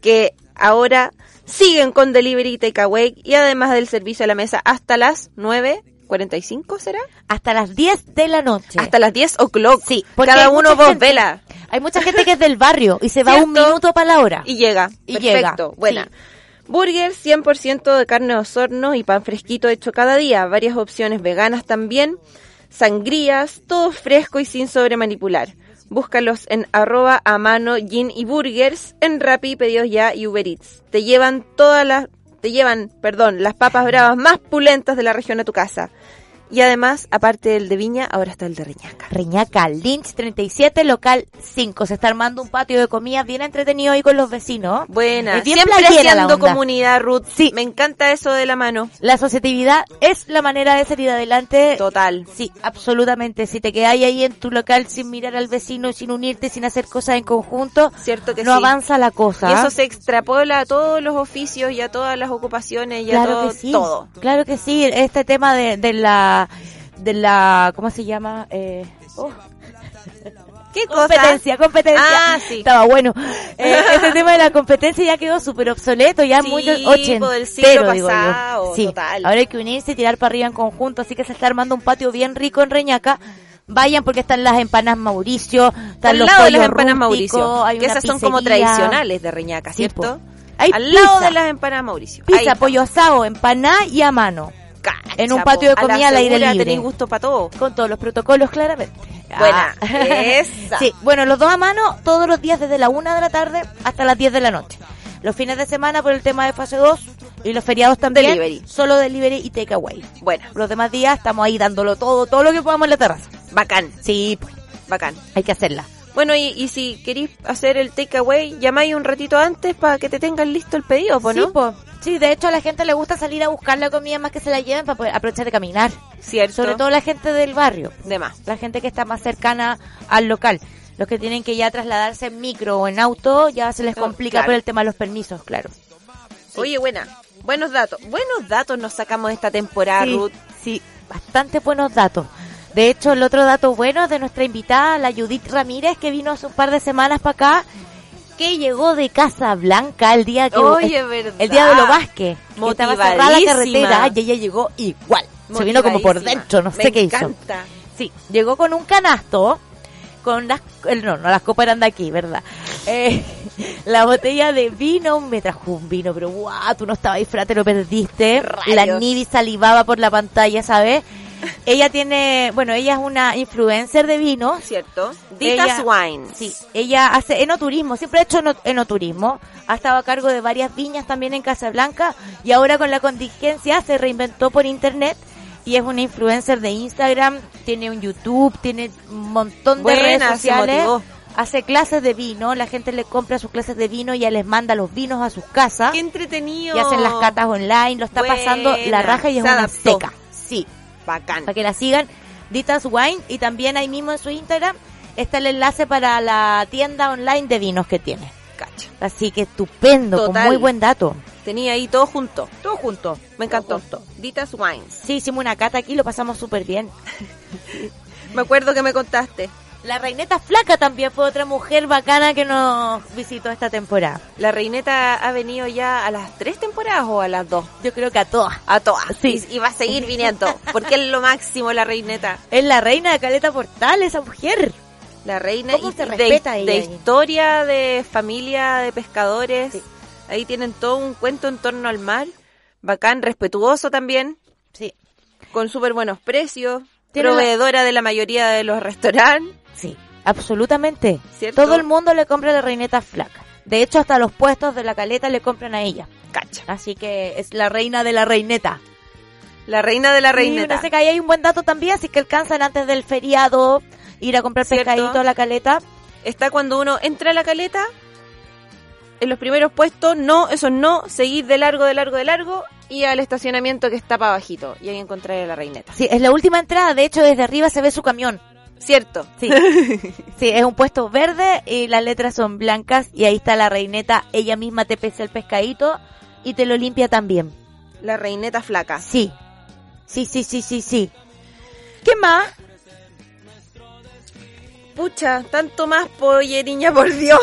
[SPEAKER 3] que ahora siguen con delivery y takeaway y además del servicio a la mesa hasta las 9.45 será?
[SPEAKER 4] hasta las 10 de la noche.
[SPEAKER 3] Hasta las 10 o'clock.
[SPEAKER 4] Sí, porque
[SPEAKER 3] Cada
[SPEAKER 4] hay
[SPEAKER 3] uno
[SPEAKER 4] mucha
[SPEAKER 3] vos
[SPEAKER 4] gente.
[SPEAKER 3] vela
[SPEAKER 4] Hay mucha gente que es del barrio y se va
[SPEAKER 3] ¿Cierto?
[SPEAKER 4] un minuto para la hora.
[SPEAKER 3] y llega.
[SPEAKER 4] Y
[SPEAKER 3] Perfecto,
[SPEAKER 4] llega,
[SPEAKER 3] buena.
[SPEAKER 4] sí.
[SPEAKER 3] Burger 100% de carne de osorno y pan fresquito hecho cada día. Varias opciones veganas también. Sangrías, todo fresco y sin sobremanipular. Búscalos en arroba a mano gin y burgers en Rappi, pedidos ya y Uber Eats. Te llevan todas las, te llevan, perdón, las papas bravas más pulentas de la región a tu casa. Y además, aparte del de Viña, ahora está el de Reñaca.
[SPEAKER 4] Reñaca, Lynch 37, local 5. Se está armando un patio de comidas bien entretenido ahí con los vecinos.
[SPEAKER 3] Buena,
[SPEAKER 4] Es bien
[SPEAKER 3] siempre
[SPEAKER 4] playera la
[SPEAKER 3] haciendo
[SPEAKER 4] onda.
[SPEAKER 3] comunidad, Ruth.
[SPEAKER 4] Sí.
[SPEAKER 3] Me encanta eso de la mano.
[SPEAKER 4] La asociatividad es la manera de salir adelante.
[SPEAKER 3] Total.
[SPEAKER 4] Sí, absolutamente. Si te quedáis ahí en tu local sin mirar al vecino, sin unirte, sin hacer cosas en conjunto,
[SPEAKER 3] Cierto que
[SPEAKER 4] no
[SPEAKER 3] sí.
[SPEAKER 4] avanza la cosa.
[SPEAKER 3] Y eso se extrapola a todos los oficios y a todas las ocupaciones y a todo. todo.
[SPEAKER 4] Claro que sí, este tema de, de la de la ¿cómo se llama? Eh, oh,
[SPEAKER 3] ¿Qué cosa?
[SPEAKER 4] competencia, competencia.
[SPEAKER 3] Ah, sí.
[SPEAKER 4] Estaba bueno. Eh, este tema de la competencia ya quedó súper obsoleto, ya
[SPEAKER 3] Sí,
[SPEAKER 4] muchos
[SPEAKER 3] po, del siglo
[SPEAKER 4] ochenteros, digo yo.
[SPEAKER 3] pasado,
[SPEAKER 4] Sí,
[SPEAKER 3] total.
[SPEAKER 4] ahora hay que unirse y tirar para arriba en conjunto, así que se está armando un patio bien rico en Reñaca. Vayan porque están las empanas Mauricio, están
[SPEAKER 3] Al
[SPEAKER 4] los
[SPEAKER 3] lado de las
[SPEAKER 4] pollos
[SPEAKER 3] empanas
[SPEAKER 4] rústicos,
[SPEAKER 3] Mauricio,
[SPEAKER 4] hay
[SPEAKER 3] que
[SPEAKER 4] una
[SPEAKER 3] esas son como
[SPEAKER 4] pizzería.
[SPEAKER 3] tradicionales de Reñaca,
[SPEAKER 4] Sí,
[SPEAKER 3] ¿cierto?
[SPEAKER 4] po. Hay
[SPEAKER 3] Al lado
[SPEAKER 4] pizza.
[SPEAKER 3] de las empanadas Mauricio. Ahí
[SPEAKER 4] Pizza,
[SPEAKER 3] está.
[SPEAKER 4] pollo asado, empaná y a mano.
[SPEAKER 3] Cacha,
[SPEAKER 4] en un
[SPEAKER 3] po.
[SPEAKER 4] patio de
[SPEAKER 3] A la
[SPEAKER 4] comida al aire
[SPEAKER 3] segura
[SPEAKER 4] libre.
[SPEAKER 3] Tenéis gusto para todo.
[SPEAKER 4] Con todos los protocolos, claramente.
[SPEAKER 3] Buena. Eh,
[SPEAKER 4] Ah.
[SPEAKER 3] Esa.
[SPEAKER 4] Sí, bueno, los dos a mano todos los días desde la una de la tarde hasta las 10 de la noche. Los fines de semana por el tema de fase 2 y los feriados también.
[SPEAKER 3] Delivery.
[SPEAKER 4] Solo delivery y takeaway.
[SPEAKER 3] Bueno,
[SPEAKER 4] Los demás días estamos ahí dándolo todo, todo lo que podamos en la terraza.
[SPEAKER 3] bacán,
[SPEAKER 4] Sí, pues,
[SPEAKER 3] bacán.
[SPEAKER 4] hay que hacerla.
[SPEAKER 3] Bueno, y, y si queréis hacer el takeaway, llamáis un ratito antes para que te tengan listo el pedido, po, ¿no?
[SPEAKER 4] Sí, po. Sí, de hecho a la gente le gusta salir a buscar la comida más que se la lleven para poder aprovechar de caminar.
[SPEAKER 3] Cierto.
[SPEAKER 4] Sobre todo la gente del barrio,
[SPEAKER 3] De más.
[SPEAKER 4] la gente que está más cercana al local. Los que tienen que ya trasladarse en micro o en auto, ya se les
[SPEAKER 3] Oh,
[SPEAKER 4] complica
[SPEAKER 3] claro.
[SPEAKER 4] por el tema de los permisos, claro.
[SPEAKER 3] Oye, buena. Buenos datos. Buenos datos nos sacamos de esta temporada,
[SPEAKER 4] sí,
[SPEAKER 3] Ruth.
[SPEAKER 4] sí, bastante buenos datos. De hecho, el otro dato bueno es de nuestra invitada, la Judith Ramírez, que vino hace un par de semanas para acá, que llegó de Casa Blanca el día que
[SPEAKER 3] Oye,
[SPEAKER 4] el,
[SPEAKER 3] verdad.
[SPEAKER 4] el día de los Vázquez, que estaba cerrada la
[SPEAKER 3] Motivadísima.
[SPEAKER 4] carretera y ella llegó igual. Se vino como por
[SPEAKER 3] Motivadísima.
[SPEAKER 4] dentro, no sé
[SPEAKER 3] Me
[SPEAKER 4] qué hizo.
[SPEAKER 3] encanta.
[SPEAKER 4] Sí, llegó con un canasto, con las... el- No, no, las copas eran de aquí, ¿verdad? Eh, la botella de vino, me trajo un vino, pero guau, tú no estabas ahí, frate, lo perdiste.
[SPEAKER 3] Rayos.
[SPEAKER 4] La Nivi salivaba por la pantalla, ¿sabes? Ella tiene, bueno, ella es una influencer de vino.
[SPEAKER 3] ¿Cierto? Dita's
[SPEAKER 4] Ella-
[SPEAKER 3] Wines.
[SPEAKER 4] Sí, ella hace enoturismo, siempre ha hecho eno- enoturismo, ha estado a cargo de varias viñas también en Casablanca y ahora con la contingencia se reinventó por internet y es una influencer de Instagram, tiene un YouTube, tiene un montón de
[SPEAKER 3] Buena,
[SPEAKER 4] redes
[SPEAKER 3] se
[SPEAKER 4] sociales,
[SPEAKER 3] motivó.
[SPEAKER 4] hace clases de vino, la gente le compra sus clases de vino y ella les manda los vinos a sus casas
[SPEAKER 3] Qué entretenido.
[SPEAKER 4] ¿ah? y hacen las catas online, lo está pasando la
[SPEAKER 3] Buena,
[SPEAKER 4] raja y es
[SPEAKER 3] se
[SPEAKER 4] una
[SPEAKER 3] adaptó.
[SPEAKER 4] seca. Sí,
[SPEAKER 3] Bacán.
[SPEAKER 4] para que la sigan, Ditas Wine, y también ahí mismo en su Instagram está el enlace para la tienda online de vinos que tiene.
[SPEAKER 3] Cacha.
[SPEAKER 4] Así que estupendo,
[SPEAKER 3] Total.
[SPEAKER 4] con muy buen dato.
[SPEAKER 3] Tenía ahí todo junto.
[SPEAKER 4] Todo junto.
[SPEAKER 3] Me encantó. Dita's Wines.
[SPEAKER 4] Sí, hicimos una cata aquí, lo pasamos súper bien.
[SPEAKER 3] Me acuerdo que me contaste.
[SPEAKER 4] La reineta flaca también fue otra mujer bacana que nos visitó esta temporada.
[SPEAKER 3] La reineta ha venido ya a las tres temporadas o a las dos.
[SPEAKER 4] Yo creo que a todas.
[SPEAKER 3] A todas.
[SPEAKER 4] Sí.
[SPEAKER 3] Y, y va a seguir viniendo. Porque es lo máximo la reineta.
[SPEAKER 4] Es la reina de Caleta Portal, esa mujer.
[SPEAKER 3] La reina
[SPEAKER 4] ¿Cómo
[SPEAKER 3] y- de,
[SPEAKER 4] se respeta ella
[SPEAKER 3] de
[SPEAKER 4] ahí?
[SPEAKER 3] historia, de familia, de pescadores.
[SPEAKER 4] Sí.
[SPEAKER 3] Ahí tienen todo un cuento en torno al mar. Bacán, respetuoso también,
[SPEAKER 4] Sí.
[SPEAKER 3] con súper buenos precios.
[SPEAKER 4] Tiene
[SPEAKER 3] proveedora de la mayoría de los restaurantes.
[SPEAKER 4] Sí, absolutamente.
[SPEAKER 3] ¿Cierto?
[SPEAKER 4] Todo el mundo le compra la reineta flaca. De hecho, hasta los puestos de la caleta le compran a ella.
[SPEAKER 3] Cacha.
[SPEAKER 4] Así que es la reina de la reineta.
[SPEAKER 3] La reina de la
[SPEAKER 4] Sí, me
[SPEAKER 3] reineta.
[SPEAKER 4] parece que ahí hay un buen dato también, así que alcanzan antes del feriado ir a comprar
[SPEAKER 3] Cierto.
[SPEAKER 4] pescadito a la caleta.
[SPEAKER 3] Está cuando uno entra a la caleta, en los primeros puestos, no, eso no, seguir de largo, de largo, de largo, y al estacionamiento que está para abajito. Y ahí encontraré a la reineta.
[SPEAKER 4] Sí, es la última entrada, de hecho desde arriba se ve su camión.
[SPEAKER 3] ¿Cierto?
[SPEAKER 4] Sí. sí, es un puesto verde y las letras son blancas y ahí está la reineta, ella misma te pesa el pescadito y te lo limpia también.
[SPEAKER 3] La reineta flaca.
[SPEAKER 4] Sí. Sí, sí, sí, sí, sí. ¿Qué más?
[SPEAKER 3] Pucha, tanto más, polleriña, por Dios.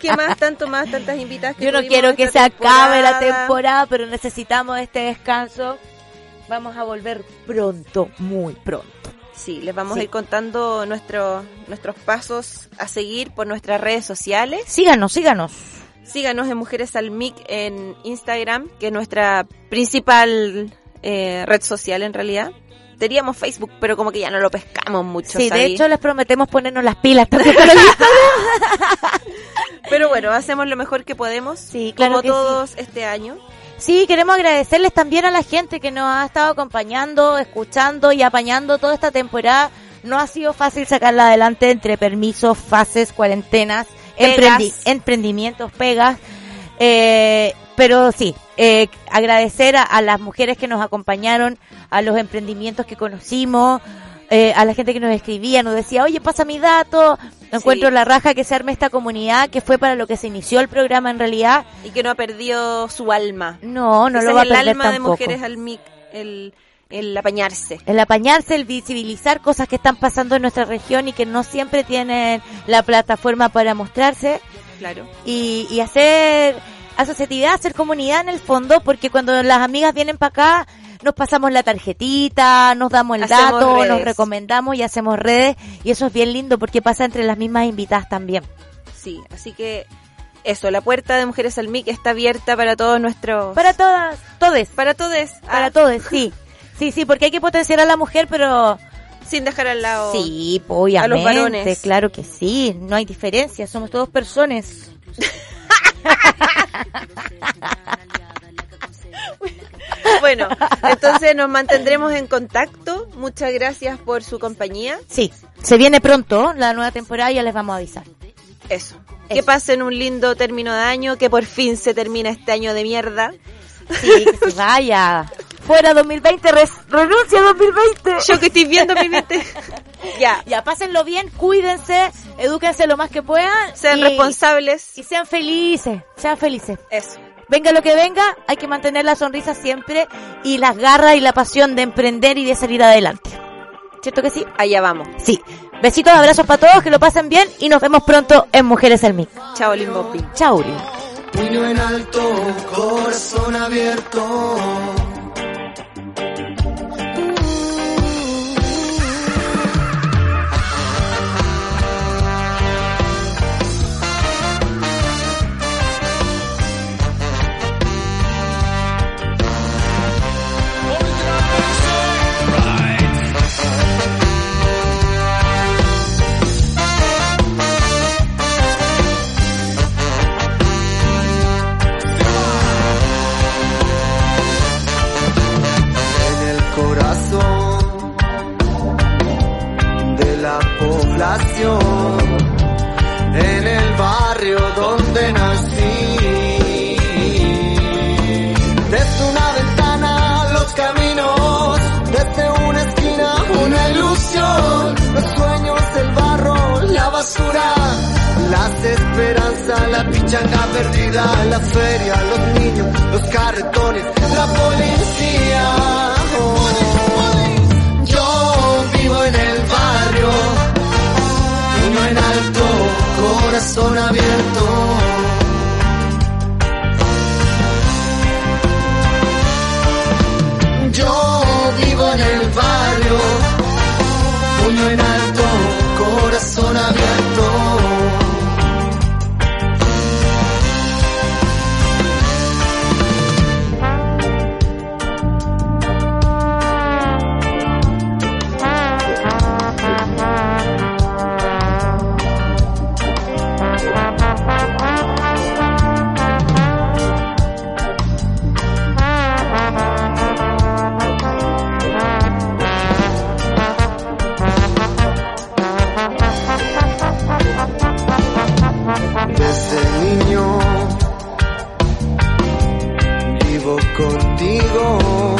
[SPEAKER 3] ¿Qué más? Tanto más, tantas invitadas que
[SPEAKER 4] Yo no
[SPEAKER 3] tuvimos
[SPEAKER 4] quiero que se
[SPEAKER 3] esta
[SPEAKER 4] acabe la temporada, pero necesitamos este descanso. Vamos a volver pronto, muy pronto.
[SPEAKER 3] Sí, les vamos
[SPEAKER 4] Sí.
[SPEAKER 3] a ir contando nuestro, nuestros pasos a seguir por nuestras redes sociales.
[SPEAKER 4] Síganos, síganos.
[SPEAKER 3] Síganos en Mujeres al Mic en Instagram, que es nuestra principal eh, red social en realidad. Teníamos Facebook, pero como que ya no lo pescamos mucho.
[SPEAKER 4] Sí, de
[SPEAKER 3] ¿sabí?
[SPEAKER 4] hecho les prometemos ponernos las pilas también con el Instagram.
[SPEAKER 3] Pero bueno, hacemos lo mejor que podemos.
[SPEAKER 4] Sí, claro
[SPEAKER 3] Como
[SPEAKER 4] que sí.
[SPEAKER 3] todos este año.
[SPEAKER 4] Sí, queremos agradecerles también a la gente que nos ha estado acompañando, escuchando y apañando toda esta temporada. No ha sido fácil sacarla adelante entre permisos, fases, cuarentenas,
[SPEAKER 3] Pegas.
[SPEAKER 4] emprendi- emprendimientos, pegas. Eh, pero sí, eh, agradecer a, a las mujeres que nos acompañaron, a los emprendimientos que conocimos, eh, a la gente que nos escribía, nos decía, oye, pasa mi dato, encuentro la raja que se arme esta comunidad, que fue para lo que se inició el programa en realidad.
[SPEAKER 3] Y que no ha perdido su alma.
[SPEAKER 4] No, no
[SPEAKER 3] Ese
[SPEAKER 4] lo va a
[SPEAKER 3] es el
[SPEAKER 4] perder
[SPEAKER 3] alma de
[SPEAKER 4] tampoco.
[SPEAKER 3] Mujeres al Mic, el, el apañarse.
[SPEAKER 4] El apañarse, el visibilizar cosas que están pasando en nuestra región y que no siempre tienen la plataforma para mostrarse
[SPEAKER 3] Claro.
[SPEAKER 4] y, y hacer asociatividad, hacer comunidad en el fondo, porque cuando las amigas vienen para acá, nos pasamos la tarjetita, nos damos el
[SPEAKER 3] Hacemos
[SPEAKER 4] dato,
[SPEAKER 3] redes.
[SPEAKER 4] nos recomendamos y hacemos redes y eso es bien lindo porque pasa entre las mismas invitadas también.
[SPEAKER 3] Sí, así que eso, la puerta de Mujeres al Mic está abierta para todos nuestros...
[SPEAKER 4] Para todas, todes,
[SPEAKER 3] para todos.
[SPEAKER 4] para
[SPEAKER 3] ah,
[SPEAKER 4] todos, sí. Sí, sí, porque hay que potenciar a la mujer, pero
[SPEAKER 3] Sin dejar al lado...
[SPEAKER 4] Sí, po, obviamente.
[SPEAKER 3] varones.
[SPEAKER 4] Claro que sí, no hay diferencia, somos todos personas.
[SPEAKER 3] Bueno, entonces nos mantendremos en contacto. Muchas gracias por su compañía.
[SPEAKER 4] Sí, se viene pronto la nueva temporada y ya les vamos a avisar.
[SPEAKER 3] Eso. Que pasen un lindo término de año, que por fin se termina este año de mierda.
[SPEAKER 4] Sí, que se vaya. Fuera 2020, res- renuncia 2020.
[SPEAKER 3] Yo que estoy viendo mi mente. ya,
[SPEAKER 4] Ya, pásenlo bien, cuídense, edúquense lo más que puedan.
[SPEAKER 3] sean
[SPEAKER 4] y-
[SPEAKER 3] responsables.
[SPEAKER 4] Y sean felices, sean felices.
[SPEAKER 3] Eso.
[SPEAKER 4] Venga lo que venga, hay que mantener la sonrisa siempre y las garras y la pasión de emprender y de salir adelante. ¿Cierto que sí?
[SPEAKER 3] Allá vamos.
[SPEAKER 4] Sí. Besitos, abrazos para todos, que lo pasen bien y nos vemos pronto en Mujeres al Mic.
[SPEAKER 3] Chao, Limbo Pin.
[SPEAKER 4] Chau. Uri.
[SPEAKER 2] Puño en alto, corazón abierto. En el corazón de la población, en el barrio donde nací. Desde una ventana los caminos, desde una esquina una ilusión, los sueños del barro, la basura, las esperanzas, la pichanga perdida, la feria, los niños, los carretones, la policía. Oh, Yo vivo en el barrio, uno en alto, corazón abierto. Yo vivo en el barrio, puño en alto, corazón abierto. Desde niño vivo contigo,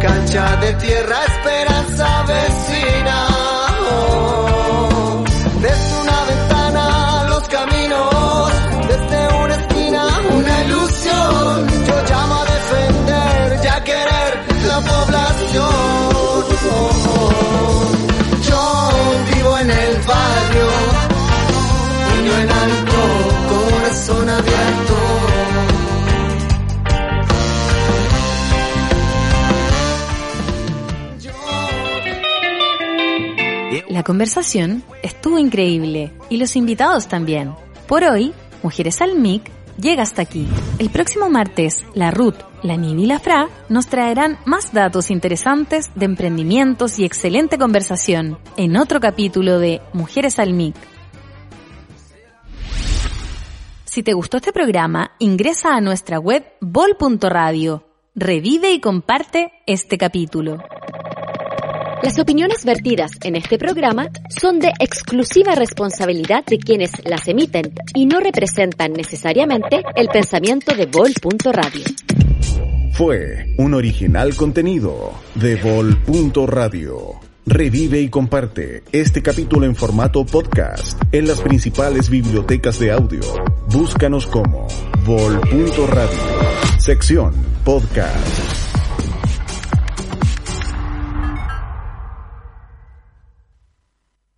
[SPEAKER 2] cancha de tierra, esperanza vecina. Desde una ventana los caminos, desde una esquina una ilusión. Yo llamo a defender, ya querer la población. Yo vivo en el barrio. Puño en alto, corazón abierto.
[SPEAKER 1] La conversación estuvo increíble y los invitados también. Por hoy, Mujeres al MIC llega hasta aquí. El próximo martes, la Ruth, la Nivi y la Fra nos traerán más datos interesantes de emprendimientos y excelente conversación en otro capítulo de Mujeres al MIC. Si te gustó este programa, ingresa a nuestra web bol.radio. Revive y comparte este capítulo.
[SPEAKER 9] Las opiniones vertidas en este programa son de exclusiva responsabilidad de quienes las emiten y no representan necesariamente el pensamiento de Vol.radio.
[SPEAKER 10] Fue un original contenido de Vol.radio. Revive y comparte este capítulo en formato podcast en las principales bibliotecas de audio. Búscanos como Vol.radio. Sección Podcast.